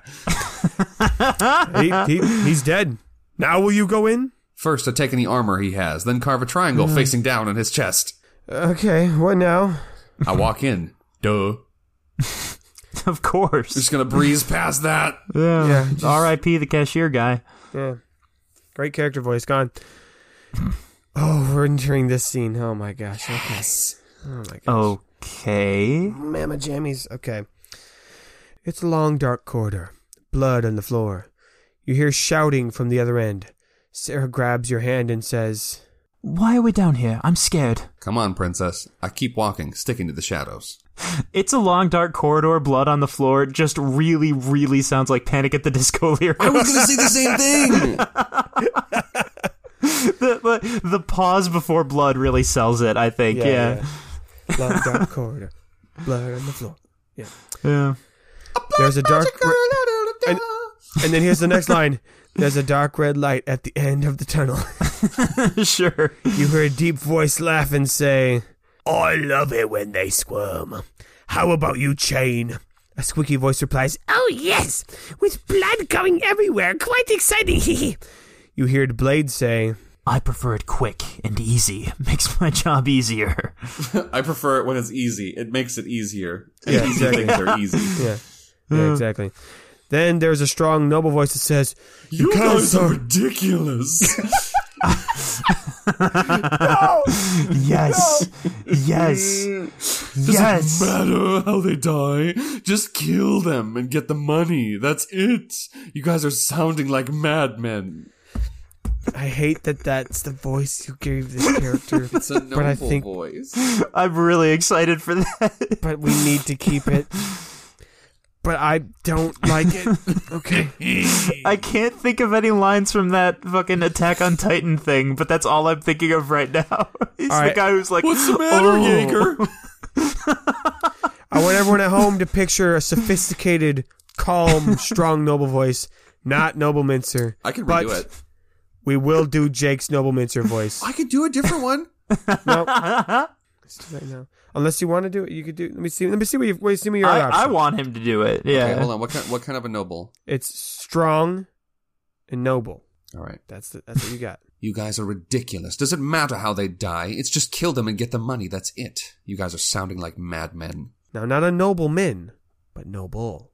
Speaker 1: he, he, he's dead. Now will you go in?
Speaker 4: First, I take any armor he has, then carve a triangle
Speaker 3: Mm.
Speaker 4: facing down on his chest.
Speaker 1: Okay, what now?
Speaker 4: I walk in. Duh.
Speaker 3: Of course.
Speaker 4: Just gonna breeze past that.
Speaker 3: Yeah.
Speaker 1: Yeah, just-
Speaker 3: R.I.P. the cashier guy.
Speaker 1: Yeah. Great character voice gone. Oh, we're entering this scene. Oh my gosh. Yes. Okay. Oh my gosh.
Speaker 3: Okay.
Speaker 1: Mama Jammies. Okay. It's a long dark corridor, blood on the floor. You hear shouting from the other end. Sarah grabs your hand and says,
Speaker 3: Why are we down here? I'm scared.
Speaker 4: Come on, princess. I keep walking, sticking to the shadows.
Speaker 3: It's a long, dark corridor, blood on the floor. Just really, really sounds like Panic at the Disco lyrics.
Speaker 4: I was gonna say the same thing.
Speaker 3: the, the, the pause before blood really sells it, I think. Yeah.
Speaker 1: yeah. Long dark corridor, blood on the floor.
Speaker 3: Yeah.
Speaker 1: There's a dark. re- and, and then here's the next line. There's a dark red light at the end of the tunnel.
Speaker 3: sure.
Speaker 1: You hear a deep voice laugh and say, I love it when they squirm. How about you, Chain? A squeaky voice replies, Oh, yes, with blood going everywhere. Quite exciting. hee." you hear Blade say,
Speaker 3: I prefer it quick and easy. Makes my job easier.
Speaker 4: I prefer it when it's easy. It makes it easier.
Speaker 1: Yeah,
Speaker 4: easy
Speaker 1: exactly.
Speaker 4: things are easy.
Speaker 1: Yeah, yeah exactly. Then there's a strong, noble voice that says,
Speaker 2: You
Speaker 1: can't
Speaker 2: guys are
Speaker 1: stop-
Speaker 2: ridiculous.
Speaker 3: Yes. Yes. yes.
Speaker 2: Matter how they die, just kill them and get the money. That's it. You guys are sounding like madmen.
Speaker 1: I hate that that's the voice you gave this character,
Speaker 4: It's a noble
Speaker 1: I think-
Speaker 4: voice.
Speaker 3: I'm really excited for that.
Speaker 1: but we need to keep it. But I don't like it. Okay.
Speaker 3: I can't think of any lines from that fucking Attack on Titan thing, but that's all I'm thinking of right now. He's
Speaker 1: All
Speaker 3: the
Speaker 1: right.
Speaker 3: guy who's like,
Speaker 2: What's the matter,
Speaker 3: "Oh."
Speaker 2: Jaeger?
Speaker 1: I want everyone at home to picture a sophisticated, calm, strong noble voice, not Noble Mincer.
Speaker 4: I can
Speaker 1: But-
Speaker 4: redo it.
Speaker 1: We will do Jake's Noble Mincer voice.
Speaker 4: I could do a different one.
Speaker 1: No, let's do that now. Unless you want to do it, you could do. Let me see. Let me see what you wait. See me your
Speaker 3: I,
Speaker 1: other
Speaker 3: I
Speaker 1: option.
Speaker 3: want him to do it. Yeah.
Speaker 4: Okay, hold on. What kind? What kind of a noble?
Speaker 1: It's strong and noble.
Speaker 4: All right.
Speaker 1: That's the, that's what you got.
Speaker 4: You guys are ridiculous. Does it matter how they die? It's just kill them and get the money. That's it. You guys are sounding like madmen.
Speaker 1: Now, not a nobleman, but noble.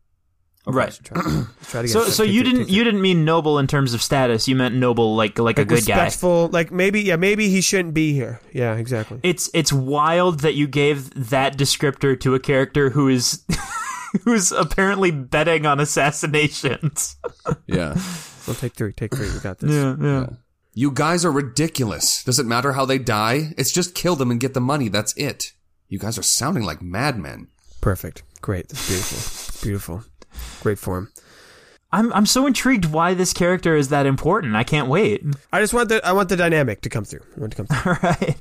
Speaker 3: Right.
Speaker 1: Try, let's try it again.
Speaker 3: So, so
Speaker 1: Take
Speaker 3: you
Speaker 1: it,
Speaker 3: didn't
Speaker 1: take it.
Speaker 3: you didn't mean noble in terms of status. You meant noble like like a
Speaker 1: Like,
Speaker 3: good guy.
Speaker 1: respectful, like maybe yeah, maybe he shouldn't be here. Yeah, exactly.
Speaker 3: It's it's wild that you gave that descriptor to a character who is who's apparently betting on assassinations.
Speaker 4: Yeah.
Speaker 1: We'll take three. Take three. We got this.
Speaker 3: yeah.
Speaker 4: You guys are ridiculous. Does it matter how they die? It's just kill them and get the money. That's it. You guys are sounding like madmen.
Speaker 1: Perfect. Great. That's beautiful. It's beautiful. Great form.
Speaker 3: I'm I'm so intrigued why this character is that important. I can't wait.
Speaker 1: I just want the I want the dynamic to come through. I want it to come through.
Speaker 3: All right.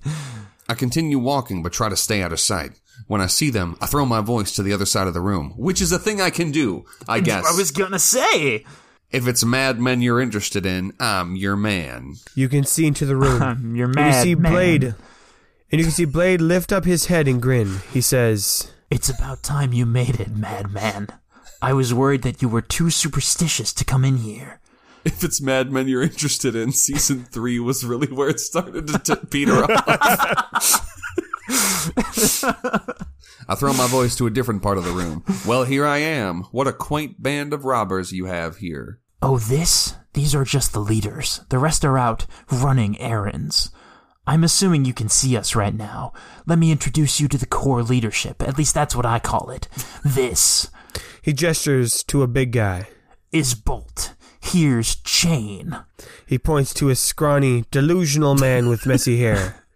Speaker 4: I continue walking, but try to stay out of sight. When I see them, I throw my voice to the other side of the room, which is a thing I can do, I guess.
Speaker 3: I was gonna say
Speaker 4: if it's madmen you're interested in, I'm your man.
Speaker 1: You can see into the room.
Speaker 3: um, you're
Speaker 1: and you
Speaker 3: mad.
Speaker 1: see
Speaker 3: man.
Speaker 1: Blade, and you can see Blade lift up his head and grin. He says,
Speaker 3: It's about time you made it, madman. I was worried that you were too superstitious to come in here.
Speaker 4: If it's madmen you're interested in, season three was really where it started to t- peter off. I throw my voice to a different part of the room. Well, here I am. What a quaint band of robbers you have here.
Speaker 3: Oh, this? These are just the leaders. The rest are out running errands. I'm assuming you can see us right now. Let me introduce you to the core leadership. At least that's what I call it. This
Speaker 1: he gestures to a big guy.
Speaker 3: is Bolt. Here's Chain.
Speaker 1: He points to a scrawny, delusional man with messy hair.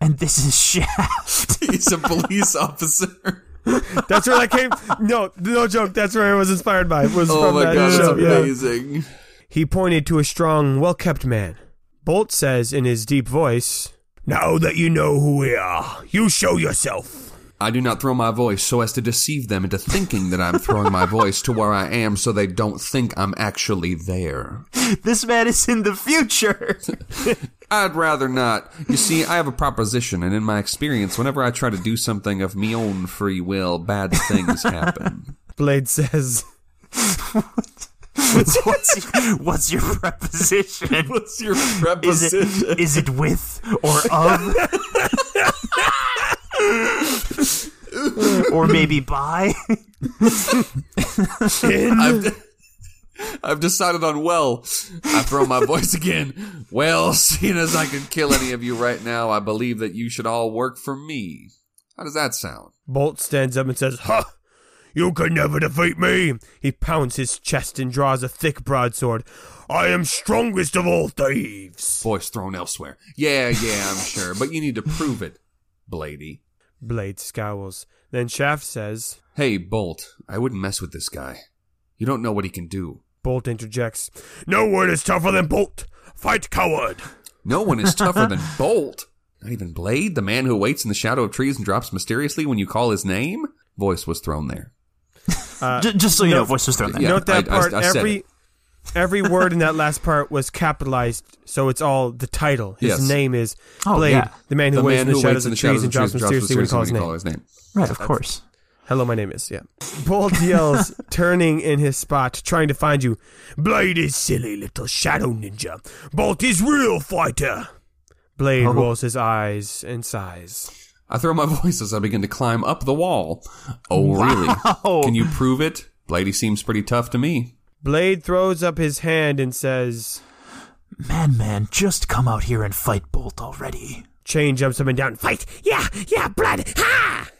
Speaker 3: And this is Shaft.
Speaker 4: He's a police officer.
Speaker 1: That's where that came. No, no joke. That's where I was inspired by. Was
Speaker 4: Oh
Speaker 1: from
Speaker 4: my
Speaker 1: that
Speaker 4: god, that's
Speaker 1: show. yeah.
Speaker 4: amazing.
Speaker 1: He pointed to a strong, well kept man. Bolt says in his deep voice, Now that you know who we are, you show yourself.
Speaker 4: I do not throw my voice so as to deceive them into thinking that I'm throwing my voice to where I am so they don't think I'm actually there.
Speaker 3: this man is in the future.
Speaker 4: I'd rather not. You see, I have a proposition, and in my experience, whenever I try to do something of me own free will, bad things happen.
Speaker 1: Blade says,
Speaker 3: what's, your, what's your preposition?
Speaker 2: What's your
Speaker 3: Is
Speaker 2: preposition?
Speaker 3: it, is it with or of? or maybe by?
Speaker 4: I've, I've decided on well. I throw my voice again. Well, seeing as I could kill any of you right now, I believe that you should all work for me. How does that sound?
Speaker 1: Bolt stands up and says, Huh, You can never defeat me. He pounds his chest and draws a thick broadsword. I am strongest of all thieves.
Speaker 4: Voice thrown elsewhere. Yeah, yeah, I'm sure, but you need to prove it, Blady.
Speaker 1: Blade scowls. Then Shaft says,
Speaker 4: Hey, Bolt, I wouldn't mess with this guy. You don't know what he can do.
Speaker 1: Bolt interjects, No one is tougher than Bolt. Fight, coward.
Speaker 4: No one is tougher than Bolt. Not even Blade, the man who waits in the shadow of trees and drops mysteriously when you call his name? Voice was thrown there.
Speaker 1: Uh,
Speaker 3: J- just so you know, voice was thrown there.
Speaker 4: Yeah,
Speaker 1: Note that
Speaker 4: I- I-
Speaker 1: part.
Speaker 4: I said
Speaker 1: every
Speaker 4: it.
Speaker 1: every word in that last part was capitalized, so it's all the title. His
Speaker 4: Yes.
Speaker 1: name is
Speaker 3: Oh,
Speaker 1: Blade,
Speaker 3: yeah.
Speaker 1: the man who waits in the shadows of the trees and
Speaker 4: shadows
Speaker 1: drops
Speaker 4: of the trees
Speaker 1: mysteriously when he calls
Speaker 4: you
Speaker 1: name.
Speaker 4: call his name.
Speaker 3: Right, of course.
Speaker 1: Hello, my name is. Yeah. Bolt yells, turning in his spot, trying to find you. Blade is silly little shadow ninja. Bolt is real fighter. Blade rolls his eyes and sighs.
Speaker 4: I throw my voice as I begin to climb up the wall. Oh, really? Can you prove it? Blady seems pretty tough to me.
Speaker 1: Blade throws up his hand and says,
Speaker 3: Madman, just come out here and fight Bolt already.
Speaker 1: Chain jumps up and down. Fight! Yeah! Yeah! Blood! Ha!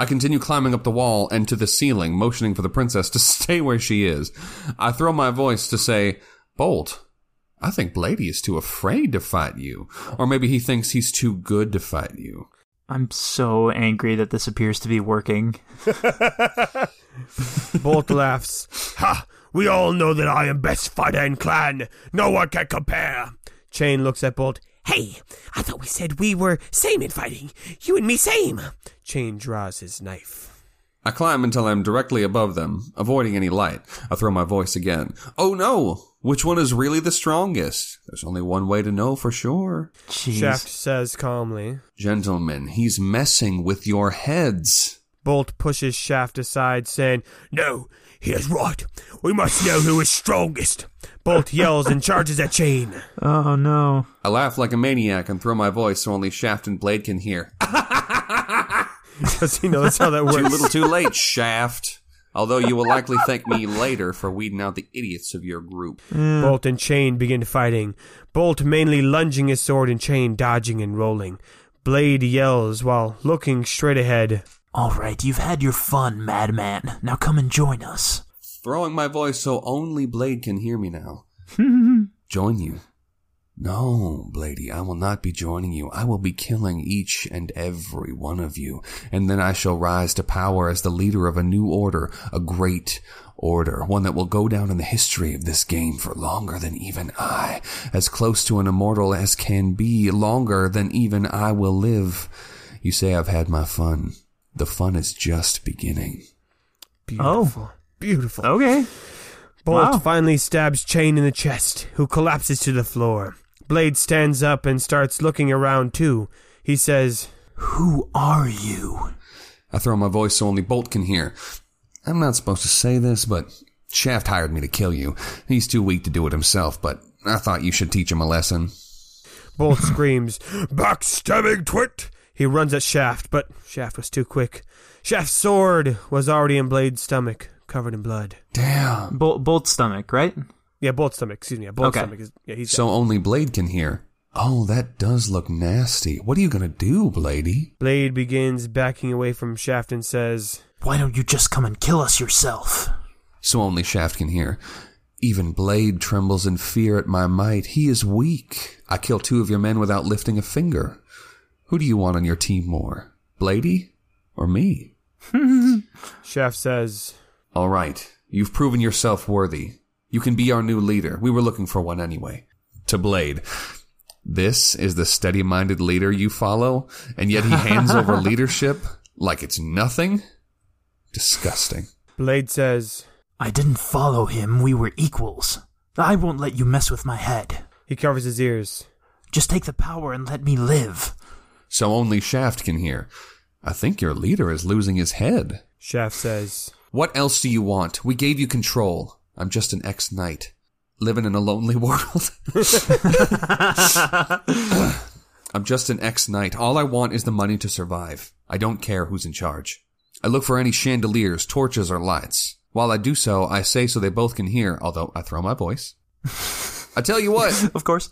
Speaker 4: I continue climbing up the wall and to the ceiling, motioning for the princess to stay where she is. I throw my voice to say, Bolt, I think Blady is too afraid to fight you. Or maybe he thinks he's too good to fight you.
Speaker 3: I'm so angry that this appears to be working.
Speaker 1: Bolt laughs. Ha! We all know that I am best fighter in clan. No one can compare. Chain looks at Bolt. Hey, I thought we said we were same in fighting. You and me same. Chain draws his knife.
Speaker 4: I climb until I'm directly above them, avoiding any light. I throw my voice again. Oh no! Which one is really the strongest? There's only one way to know for sure.
Speaker 3: Jeez.
Speaker 1: Shaft says calmly.
Speaker 4: Gentlemen, he's messing with your heads.
Speaker 1: Bolt pushes Shaft aside, saying, No, he is right. We must know who is strongest. Bolt yells and charges at Chain.
Speaker 3: Oh no.
Speaker 4: I laugh like a maniac and throw my voice so only Shaft and Blade can hear.
Speaker 1: Because, you know, that's how that
Speaker 4: Too
Speaker 1: works.
Speaker 4: little too late, Shaft. Although you will likely thank me later for weeding out the idiots of your group.
Speaker 3: Hmm.
Speaker 1: Bolt and Chain begin fighting. Bolt mainly lunging his sword and Chain dodging and rolling. Blade yells while looking straight ahead.
Speaker 3: All right, you've had your fun, Madman. Now come and join us.
Speaker 4: Throwing my voice so only Blade can hear me now. join you. No, Blady, I will not be joining you. I will be killing each and every one of you, and then I shall rise to power as the leader of a new order, a great order, one that will go down in the history of this game for longer than even I, as close to an immortal as can be, longer than even I will live. You say I've had my fun. The fun is just beginning.
Speaker 1: Beautiful. Beautiful.
Speaker 3: Okay.
Speaker 1: Bolt
Speaker 3: Oh. wow.
Speaker 1: finally stabs Chain in the chest, who collapses to the floor. Blade stands up and starts looking around too. He says,
Speaker 3: Who are you?
Speaker 4: I throw my voice so only Bolt can hear. I'm not supposed to say this, but Shaft hired me to kill you. He's too weak to do it himself, but I thought you should teach him a lesson.
Speaker 1: Bolt screams, Backstabbing twit! He runs at Shaft, but Shaft was too quick. Shaft's sword was already in Blade's stomach, covered in blood.
Speaker 4: Damn.
Speaker 3: Bol- Bolt's stomach, right?
Speaker 1: Yeah, Bolt's stomach, excuse me. Yeah, Bolt's
Speaker 3: Okay.
Speaker 1: stomach is. Yeah, he's
Speaker 4: So only Blade can hear. Oh, that does look nasty. What are you gonna do, Blady?
Speaker 1: Blade begins backing away from Shaft and says,
Speaker 3: Why don't you just come and kill us yourself?
Speaker 4: So only Shaft can hear. Even Blade trembles in fear at my might. He is weak. I kill two of your men without lifting a finger. Who do you want on your team more? Blady or me?
Speaker 1: Shaft says,
Speaker 4: All right. You've proven yourself worthy. You can be our new leader. We were looking for one anyway. To Blade. This is the steady minded leader you follow, and yet he hands over leadership like it's nothing? Disgusting.
Speaker 1: Blade says,
Speaker 3: I didn't follow him. We were equals. I won't let you mess with my head.
Speaker 1: he covers his ears.
Speaker 3: Just take the power and let me live.
Speaker 4: So only Shaft can hear. I think your leader is losing his head.
Speaker 1: Shaft says,
Speaker 4: What else do you want? We gave you control. I'm just an ex knight, living in a lonely world. I'm just an ex knight. All I want is the money to survive. I don't care who's in charge. I look for any chandeliers, torches, or lights. While I do so, I say so they both can hear, although I throw my voice. I tell you what,
Speaker 3: Of course.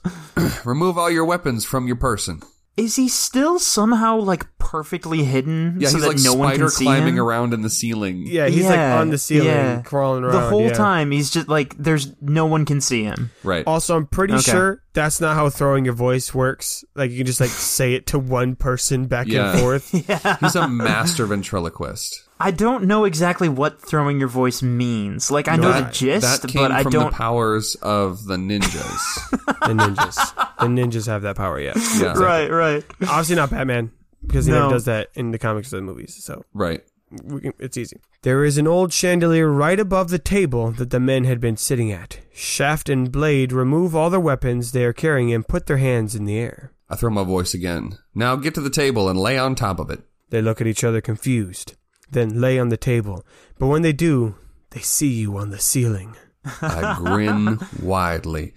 Speaker 4: remove all your weapons from your person.
Speaker 3: Is he still somehow like perfectly hidden
Speaker 4: Yeah,
Speaker 3: so
Speaker 4: he's
Speaker 3: that
Speaker 4: like
Speaker 3: no one
Speaker 4: spider
Speaker 3: can see
Speaker 4: climbing
Speaker 3: him?
Speaker 4: around in the ceiling.
Speaker 1: Yeah, he's like
Speaker 3: Yeah,
Speaker 1: on the ceiling,
Speaker 3: yeah.
Speaker 1: crawling around.
Speaker 3: The whole
Speaker 1: yeah.
Speaker 3: time he's just like there's no one can see him.
Speaker 4: Right.
Speaker 1: Also, I'm pretty
Speaker 3: Okay.
Speaker 1: sure that's not how throwing your voice works. Like you can just like say it to one person back
Speaker 4: Yeah.
Speaker 1: and forth.
Speaker 4: He's a master ventriloquist.
Speaker 3: I don't know exactly what throwing your voice means. Like I know the
Speaker 4: That-
Speaker 3: gist,
Speaker 4: that came
Speaker 3: but I
Speaker 4: from
Speaker 3: don't
Speaker 4: the powers of the ninjas.
Speaker 1: the ninjas, the ninjas have that power. Yeah,
Speaker 4: yeah.
Speaker 3: Right, right.
Speaker 1: obviously not Batman because he
Speaker 3: No.
Speaker 1: never does that in the comics or the movies. So
Speaker 4: Right.
Speaker 1: we can, it's easy. There is an old chandelier right above the table that the men had been sitting at. Shaft and Blade remove all their weapons they are carrying and put their hands in the air.
Speaker 4: I throw my voice again. Now get to the table and lay on top of it.
Speaker 1: They look at each other confused, then lay on the table. But when they do, they see you on the ceiling.
Speaker 4: I grin widely.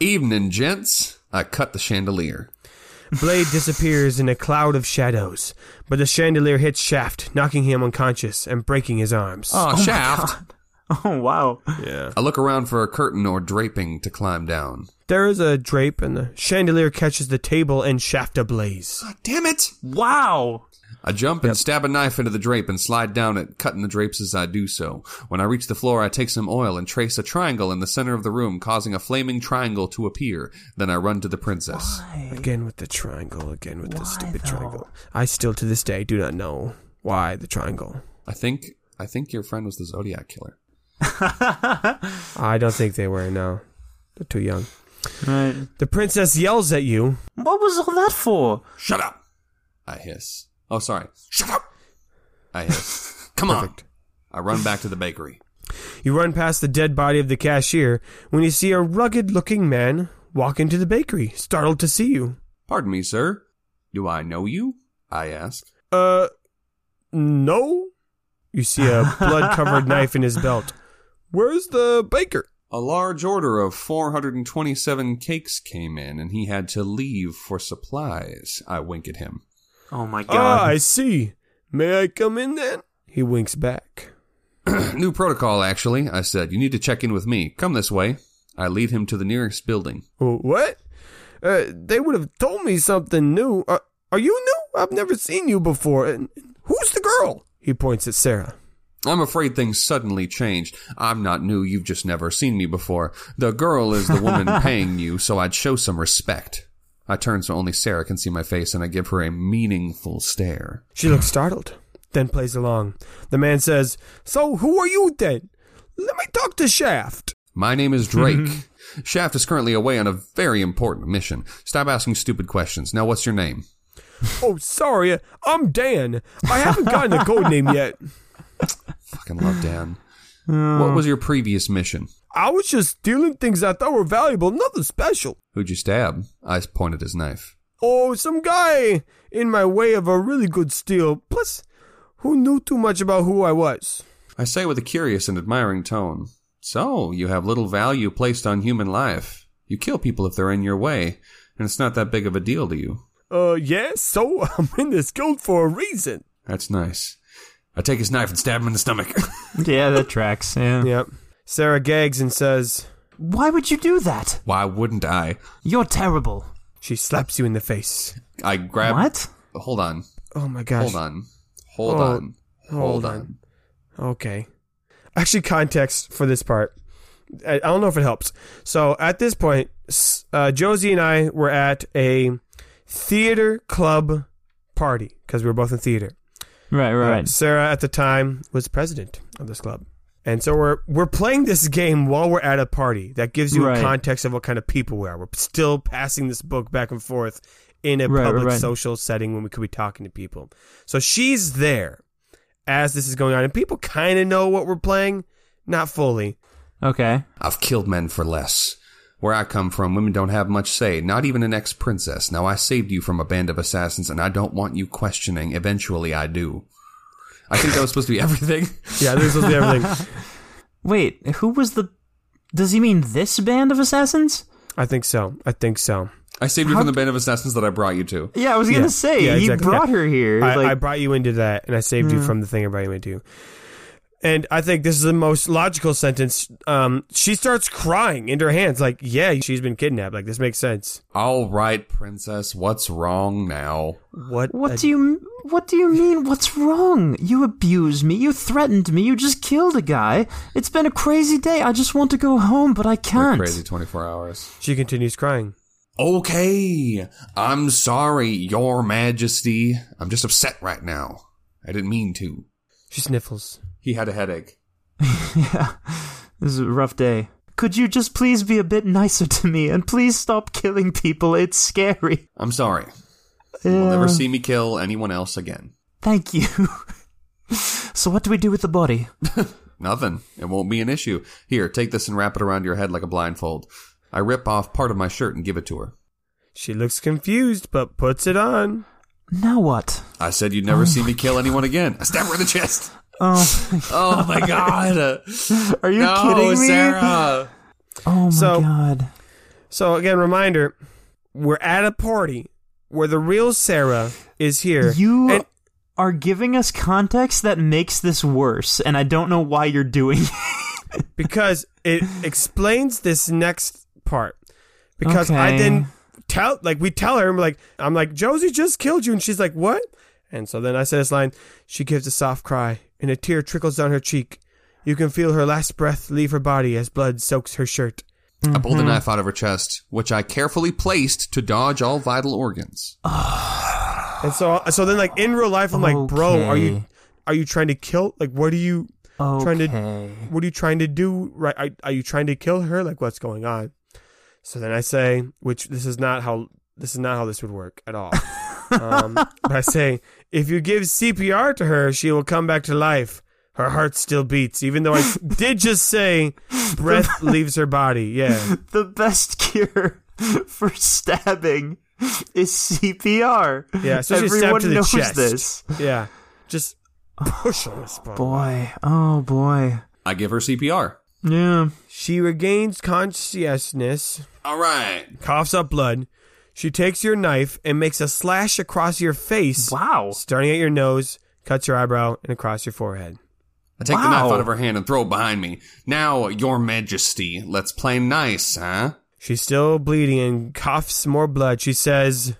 Speaker 4: Evening, gents. I cut the chandelier.
Speaker 1: Blade disappears in a cloud of shadows, but the chandelier hits Shaft, knocking him unconscious and breaking his arms.
Speaker 4: Oh, shaft.
Speaker 3: Oh wow.
Speaker 1: yeah.
Speaker 4: I look around for a curtain or draping to climb down.
Speaker 1: There is a drape, and the chandelier catches the table and Shaft ablaze.
Speaker 4: Damn it!
Speaker 3: Wow.
Speaker 4: I jump and stab a knife into the drape and slide down it, cutting the drapes as I do so. When I reach the floor, I take some oil and trace a triangle in the center of the room, causing a flaming triangle to appear. Then I run to the princess.
Speaker 1: Again with the triangle, again with the stupid
Speaker 3: though?
Speaker 1: triangle. I still to this day do not know why the triangle.
Speaker 4: I think I think your friend was the Zodiac killer.
Speaker 1: I don't think they were, no. They're too young.
Speaker 3: Right.
Speaker 1: The princess yells at you.
Speaker 3: What was all that for?
Speaker 4: Shut up! I hiss. Oh, sorry. Shut up! I hiss. Come on! I run back to the bakery.
Speaker 1: You run past the dead body of the cashier when you see a rugged looking man walk into the bakery, startled to see you.
Speaker 4: Pardon me, sir. Do I know you? I ask.
Speaker 1: Uh, no? You see a blood covered knife in his belt. Where's the baker?
Speaker 4: A large order of 427 cakes came in, and he had to leave for supplies. I wink at him.
Speaker 3: Oh my
Speaker 1: Ah,
Speaker 3: god.
Speaker 1: I see. May I come in then? He winks back.
Speaker 4: New protocol, actually, I said. You need to check in with me. Come this way. I lead him to the nearest building.
Speaker 1: "Wh- What? Uh, they would have told me something new. Are, are you new? I've never seen you before. And and who's the girl? He points at Sarah.
Speaker 4: I'm afraid things suddenly changed. I'm not new, you've just never seen me before. The girl is the woman paying you, so I'd show some respect. I turn so only Sarah can see my face, and I give her a meaningful stare.
Speaker 1: She looks startled, then plays along. The man says, So who are you then? Let me talk to Shaft.
Speaker 4: My name is Drake. Shaft is currently away on a very important mission. Stop asking stupid questions. Now, what's your name?
Speaker 1: Oh, sorry, I'm Dan. I haven't gotten a code name yet.
Speaker 4: Fucking love Dan. What was your previous mission?
Speaker 1: I was just stealing things I thought were valuable, nothing special.
Speaker 4: Who'd you stab? I pointed his knife.
Speaker 1: Oh, some guy in my way of a really good steal. Plus, who knew too much about who I was?
Speaker 4: I say with a curious and admiring tone. So, you have little value placed on human life. You kill people if they're in your way, and it's not that big of a deal to you.
Speaker 1: Uh, yeah, so I'm in this guild for a reason.
Speaker 4: That's nice. I take his knife and stab him in the stomach.
Speaker 3: yeah, that tracks. Yeah.
Speaker 1: Yep. Sarah gags and says,
Speaker 3: Why would you do that?
Speaker 4: Why wouldn't I?
Speaker 3: You're terrible.
Speaker 1: she slaps you in the face.
Speaker 4: I grab.
Speaker 3: What?
Speaker 4: Hold on.
Speaker 1: Oh my gosh.
Speaker 4: Hold on. Hold
Speaker 1: Hold-
Speaker 4: on.
Speaker 1: hold
Speaker 4: Hold
Speaker 1: on.
Speaker 4: on.
Speaker 1: Okay. Actually, context for this part. I I don't know if it helps. So at this point, s- uh, Josie and I were at a theater club party because we were both in theater.
Speaker 3: Right, right,
Speaker 1: Uh,
Speaker 3: right.
Speaker 1: Sarah at the time was president of this club. And so we're we're playing this game while we're at a party. That gives you
Speaker 3: Right.
Speaker 1: a context of what kind of people we are. We're still passing this book back and forth in a
Speaker 3: Right, right,
Speaker 1: public
Speaker 3: right.
Speaker 1: social setting when we could be talking to people. So she's there as this is going on, and people kind of know what we're playing, not fully.
Speaker 3: Okay.
Speaker 4: I've killed men for less. Where I come from, women don't have much say, not even an ex princess. Now I saved you from a band of assassins, and I don't want you questioning. Eventually I do. I think that was supposed to be everything.
Speaker 1: Yeah, there's supposed to be everything.
Speaker 3: Wait, who was the Does he mean this band of assassins?
Speaker 1: I think so. I think so.
Speaker 4: I saved you from the band of assassins that I brought you to.
Speaker 3: Yeah, I was
Speaker 1: Yeah. Yeah, exactly.
Speaker 3: her here.
Speaker 1: I,
Speaker 3: like-
Speaker 1: I brought you into that, and I saved you from the thing I brought you into. And I think this is the most logical sentence. Um, she starts crying into her hands, like, yeah, she's been kidnapped. Like, this makes sense.
Speaker 4: All right, princess, what's wrong now?
Speaker 1: What?
Speaker 3: What do you What do you mean? What's wrong? You abused me. You threatened me. You just killed a guy. It's been a crazy day. I just want to go home, but I can't.
Speaker 4: Crazy 24 hours.
Speaker 1: She continues crying.
Speaker 4: Okay, I'm sorry, Your Majesty. I'm just upset right now. I didn't mean to.
Speaker 1: She sniffles.
Speaker 4: He had a headache.
Speaker 3: yeah, this is a rough day. Could you just please be a bit nicer to me and please stop killing people? It's scary.
Speaker 4: I'm sorry. You'll
Speaker 3: Yeah.
Speaker 4: never see me kill anyone else again.
Speaker 3: Thank you. so what do we do with the body?
Speaker 4: Nothing. It won't be an issue. Here, take this and wrap it around your head like a blindfold. I rip off part of my shirt and give it to her.
Speaker 1: She looks confused, but puts it on.
Speaker 3: Now what?
Speaker 4: I said you'd never see me kill anyone again. I stab her in the chest.
Speaker 3: Oh,
Speaker 4: Oh my god.
Speaker 3: are you
Speaker 4: no,
Speaker 3: kidding me?
Speaker 4: Sarah.
Speaker 3: Oh my
Speaker 1: So-
Speaker 3: god.
Speaker 1: So, again, reminder we're at a party where the real Sarah is here.
Speaker 3: You
Speaker 1: And
Speaker 3: are giving us context that makes this worse, and I don't know why you're doing it.
Speaker 1: because it explains this next part. Because I
Speaker 3: Okay.
Speaker 1: then tell, like, we tell her, I'm like, I'm like, Josie just killed you, and she's like, what? And so then I said this line. She gives a soft cry, and a tear trickles down her cheek. You can feel her last breath leave her body as blood soaks her shirt.
Speaker 4: I pulled the knife out of her chest, which I carefully placed to dodge all vital organs.
Speaker 1: And so, so then, like in real life, I'm like, bro, are you,
Speaker 3: Okay.
Speaker 1: are you trying to kill? Like, what are you, Trying to-
Speaker 3: Okay.
Speaker 1: what are you trying to do? Right? Are, are you trying to kill her? Like, what's going on? So then I say, which this is not how this is not how this would work at all. um, but I say, if you give CPR to her, she will come back to life. Her heart still beats, even though I did just say breath leaves her body. Yeah,
Speaker 3: The best cure for stabbing is CPR.
Speaker 1: Yeah, especially stabbed
Speaker 3: Everyone
Speaker 1: to the
Speaker 3: knows
Speaker 1: chest.
Speaker 3: this.
Speaker 1: yeah. Just push on this button.
Speaker 3: Boy, oh boy.
Speaker 4: I give her CPR.
Speaker 3: Yeah.
Speaker 1: She regains consciousness.
Speaker 4: All right.
Speaker 1: coughs up blood. She takes your knife and makes a slash across your face,
Speaker 3: Wow.
Speaker 1: starting at your nose, cuts your eyebrow, and across your forehead.
Speaker 4: I take the knife
Speaker 3: Wow.
Speaker 4: out of her hand and throw it behind me. Now, Your Majesty, let's play nice, huh?
Speaker 1: She's still bleeding and coughs more blood. She says,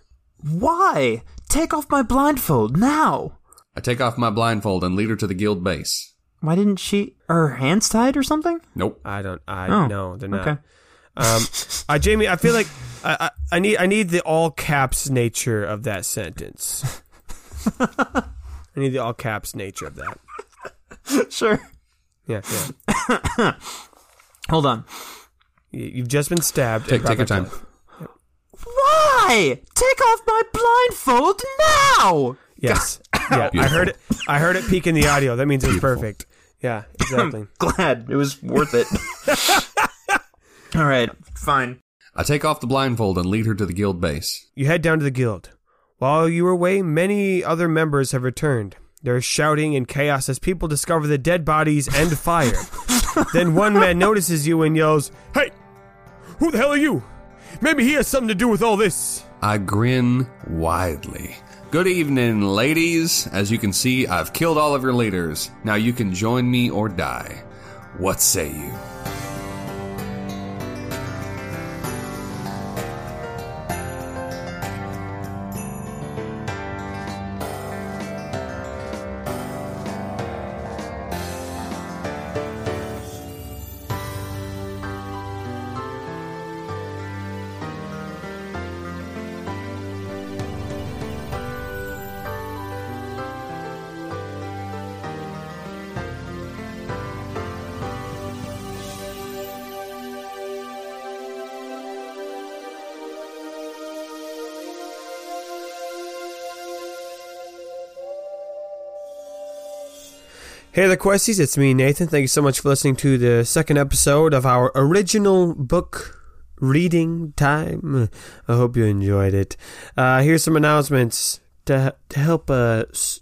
Speaker 3: Why? Take off my blindfold now.
Speaker 4: I take off my blindfold and lead her to the guild base.
Speaker 3: Why didn't she? Are her hands tied or something?
Speaker 4: Nope.
Speaker 1: "I don't, I
Speaker 3: Oh,
Speaker 1: no, they're not."
Speaker 3: Okay.
Speaker 1: Um, I, Jamie, I feel like I, I, I need, I need the all caps nature of that sentence. I need the all caps nature of that.
Speaker 3: sure.
Speaker 1: Yeah, yeah.
Speaker 3: Hold on.
Speaker 1: You- You've just been stabbed.
Speaker 4: Take,
Speaker 1: and
Speaker 4: take your
Speaker 1: probably
Speaker 4: time.
Speaker 1: cut.
Speaker 3: Why? Take off my blindfold now!
Speaker 1: Yes. Yeah. I heard it. I heard it peak in the audio. That means it's perfect. Yeah. Exactly.
Speaker 3: Glad it was worth it. All right, fine.
Speaker 4: I take off the blindfold and lead her to the guild base.
Speaker 1: You head down to the guild. While you were away, many other members have returned. There is shouting and chaos as people discover the dead bodies and fire. then one man notices you and yells, Hey! Who the hell are you? Maybe he has something to do with all this.
Speaker 4: I grin widely. Good evening, ladies. As you can see, I've killed all of your leaders. Now you can join me or die. What say you?
Speaker 1: Hey there, Questies. It's me, Nathan. Thank you so much for listening to the second episode of our original book reading time. I hope you enjoyed it. Uh, here's some announcements to, to help us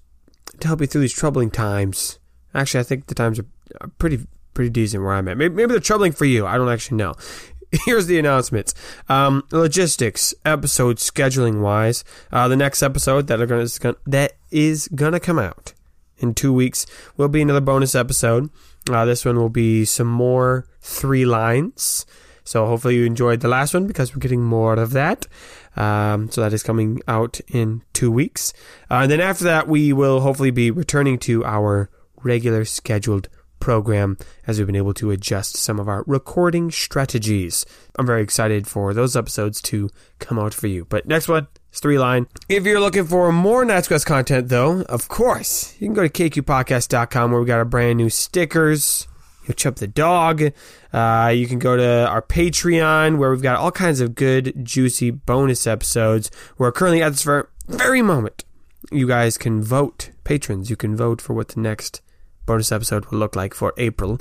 Speaker 1: to help you through these troubling times. Actually, I think the times are, are pretty pretty decent where I'm at. Maybe, maybe they're troubling for you. I don't actually know. Here's the announcements. Um, logistics episode scheduling wise, uh, the next episode that are gonna that is gonna come out in two weeks will be another bonus episode. Uh, this one will be some more three lines. So hopefully you enjoyed the last one because we're getting more of that. Um, so that is coming out in two weeks. Uh, and then after that, we will hopefully be returning to our regular scheduled program as we've been able to adjust some of our recording strategies. I'm very excited for those episodes to come out for you. But next one is three line. If you're looking for more Night's Quest content, though, of course, you can go to kqpodcast.com where we got our brand new stickers. You'll chip the dog. Uh, you can go to our Patreon where we've got all kinds of good, juicy bonus episodes. We're currently at this ver- very moment. You guys can vote, patrons. You can vote for what the next bonus episode will look like for April.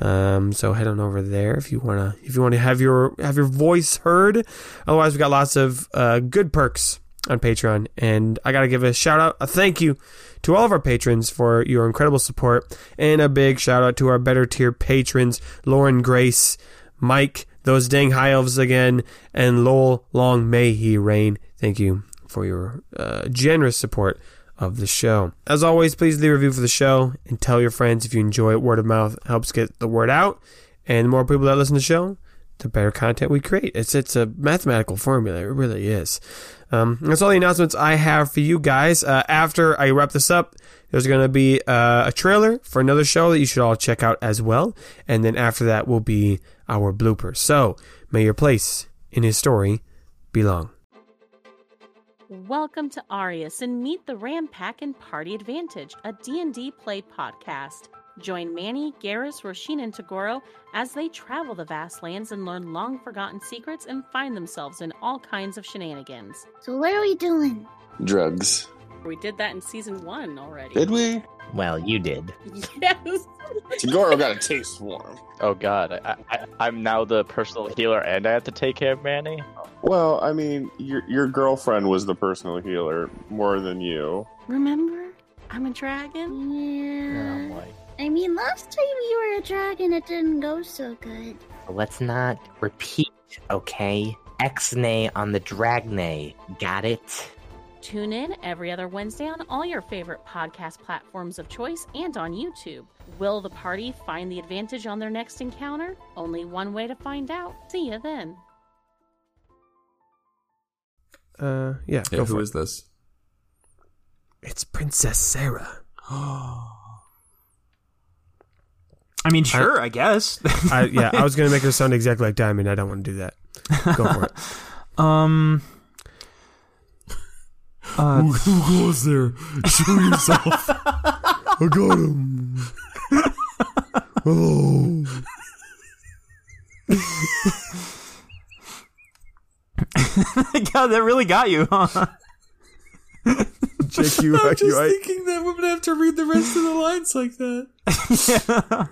Speaker 1: Um, so head on over there if you wanna if you want to have your have your voice heard. Otherwise, we got lots of uh, good perks on Patreon, and I gotta give a shout out, a thank you to all of our patrons for your incredible support, and a big shout out to our better tier patrons, Lauren Grace, Mike, those dang high elves again, and Lowell. Long may he reign. Thank you for your uh, generous support of the show. As always, please leave a review for the show and tell your friends if you enjoy it. Word of mouth helps get the word out, and the more people that listen to the show, the better content we create. It's it's a mathematical formula. It really is. Um, that's all the announcements I have for you guys. Uh, after I wrap this up, there's going to be uh, a trailer for another show that you should all check out as well. And then after that will be our bloopers. So may your place in his story be long.
Speaker 6: Welcome to Arius and meet the Ram Pack and Party Advantage, a D&D play podcast. Join Manny, Garrus, Roshin, and Tagoro as they travel the vast lands and learn long-forgotten secrets and find themselves in all kinds of shenanigans.
Speaker 7: So what are we doing?
Speaker 8: Drugs.
Speaker 6: We did that in season one already.
Speaker 8: Did we?
Speaker 9: Well, you did.
Speaker 6: Yes.
Speaker 8: Tagoro got a taste for 'em.
Speaker 10: Oh god, I, I, I'm now the personal healer and I have to take care of Manny?
Speaker 8: Well, I mean, your, your girlfriend was the personal healer more than you.
Speaker 6: Remember, I'm a dragon.
Speaker 7: Yeah.
Speaker 10: I'm like,
Speaker 7: I mean, last time you were a dragon, it didn't go so good.
Speaker 9: Let's not repeat, okay? Xnay on the Dragnay. Got it?
Speaker 6: Tune in every other Wednesday on all your favorite podcast platforms of choice and on YouTube. Will the party find the advantage on their next encounter? Only one way to find out. See you then.
Speaker 1: Uh, yeah,
Speaker 4: Yeah,
Speaker 1: go
Speaker 4: who
Speaker 1: for
Speaker 4: is this?
Speaker 1: it. It's Princess Sarah.
Speaker 3: I mean, sure, I, guess.
Speaker 1: I, yeah, I was going to make her sound exactly like Diamond. I don't want to do that. Go for it.
Speaker 3: um. Uh,
Speaker 2: Who, who goes there? Show yourself.
Speaker 1: I got him. Hello.
Speaker 2: Oh.
Speaker 3: God, that really got you, huh?
Speaker 1: Check you,
Speaker 2: I'm
Speaker 1: out, you
Speaker 2: just
Speaker 1: out.
Speaker 2: thinking that we're gonna have to read the rest of the lines like that.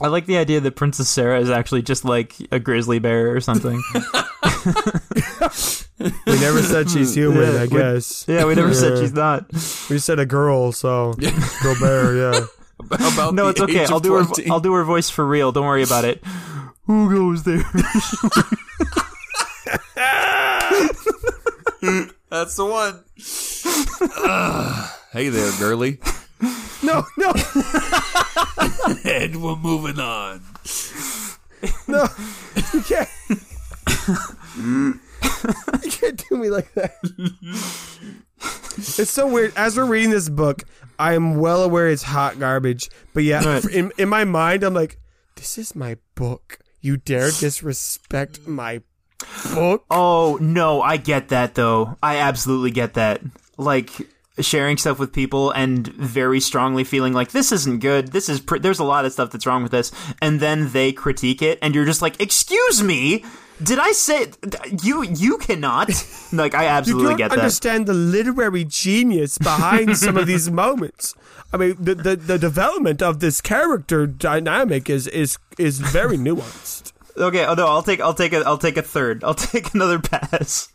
Speaker 3: I like the idea that Princess Sarah is actually just like a grizzly bear or something.
Speaker 1: We never said she's human,
Speaker 3: Yeah,
Speaker 1: I
Speaker 3: we-
Speaker 1: guess.
Speaker 3: yeah, we never said she's not.
Speaker 1: We said a girl, so go bear, yeah.
Speaker 4: About
Speaker 3: No,
Speaker 4: the
Speaker 3: it's
Speaker 4: age
Speaker 3: okay.
Speaker 4: of
Speaker 3: I'll do her.
Speaker 4: 20.
Speaker 3: I'll do her voice for real. Don't worry about it. Who goes there?
Speaker 4: That's the one. Ah, hey there, girly.
Speaker 1: No, no,
Speaker 2: And we're moving on.
Speaker 1: no. You can't. you can't do me like that. It's so weird. As we're reading this book, I am well aware it's hot garbage, but yeah,
Speaker 3: Right.
Speaker 1: in, in my mind, I'm like, this is my book. You dare disrespect my book?
Speaker 3: Oh no, I get that though. I absolutely get that. Like sharing stuff with people and very strongly feeling like this isn't good. This is pr- there's a lot of stuff that's wrong with this, and then they critique it, and you're just like, "Excuse me, did I say you? You cannot." Like I
Speaker 1: You
Speaker 3: absolutely
Speaker 1: don't
Speaker 3: get that.
Speaker 1: understand the literary genius behind some of these moments. I mean, the, the, the development of this character dynamic is is is very nuanced.
Speaker 3: Okay, oh no, I'll take I'll take a I'll take a third. I'll take another pass.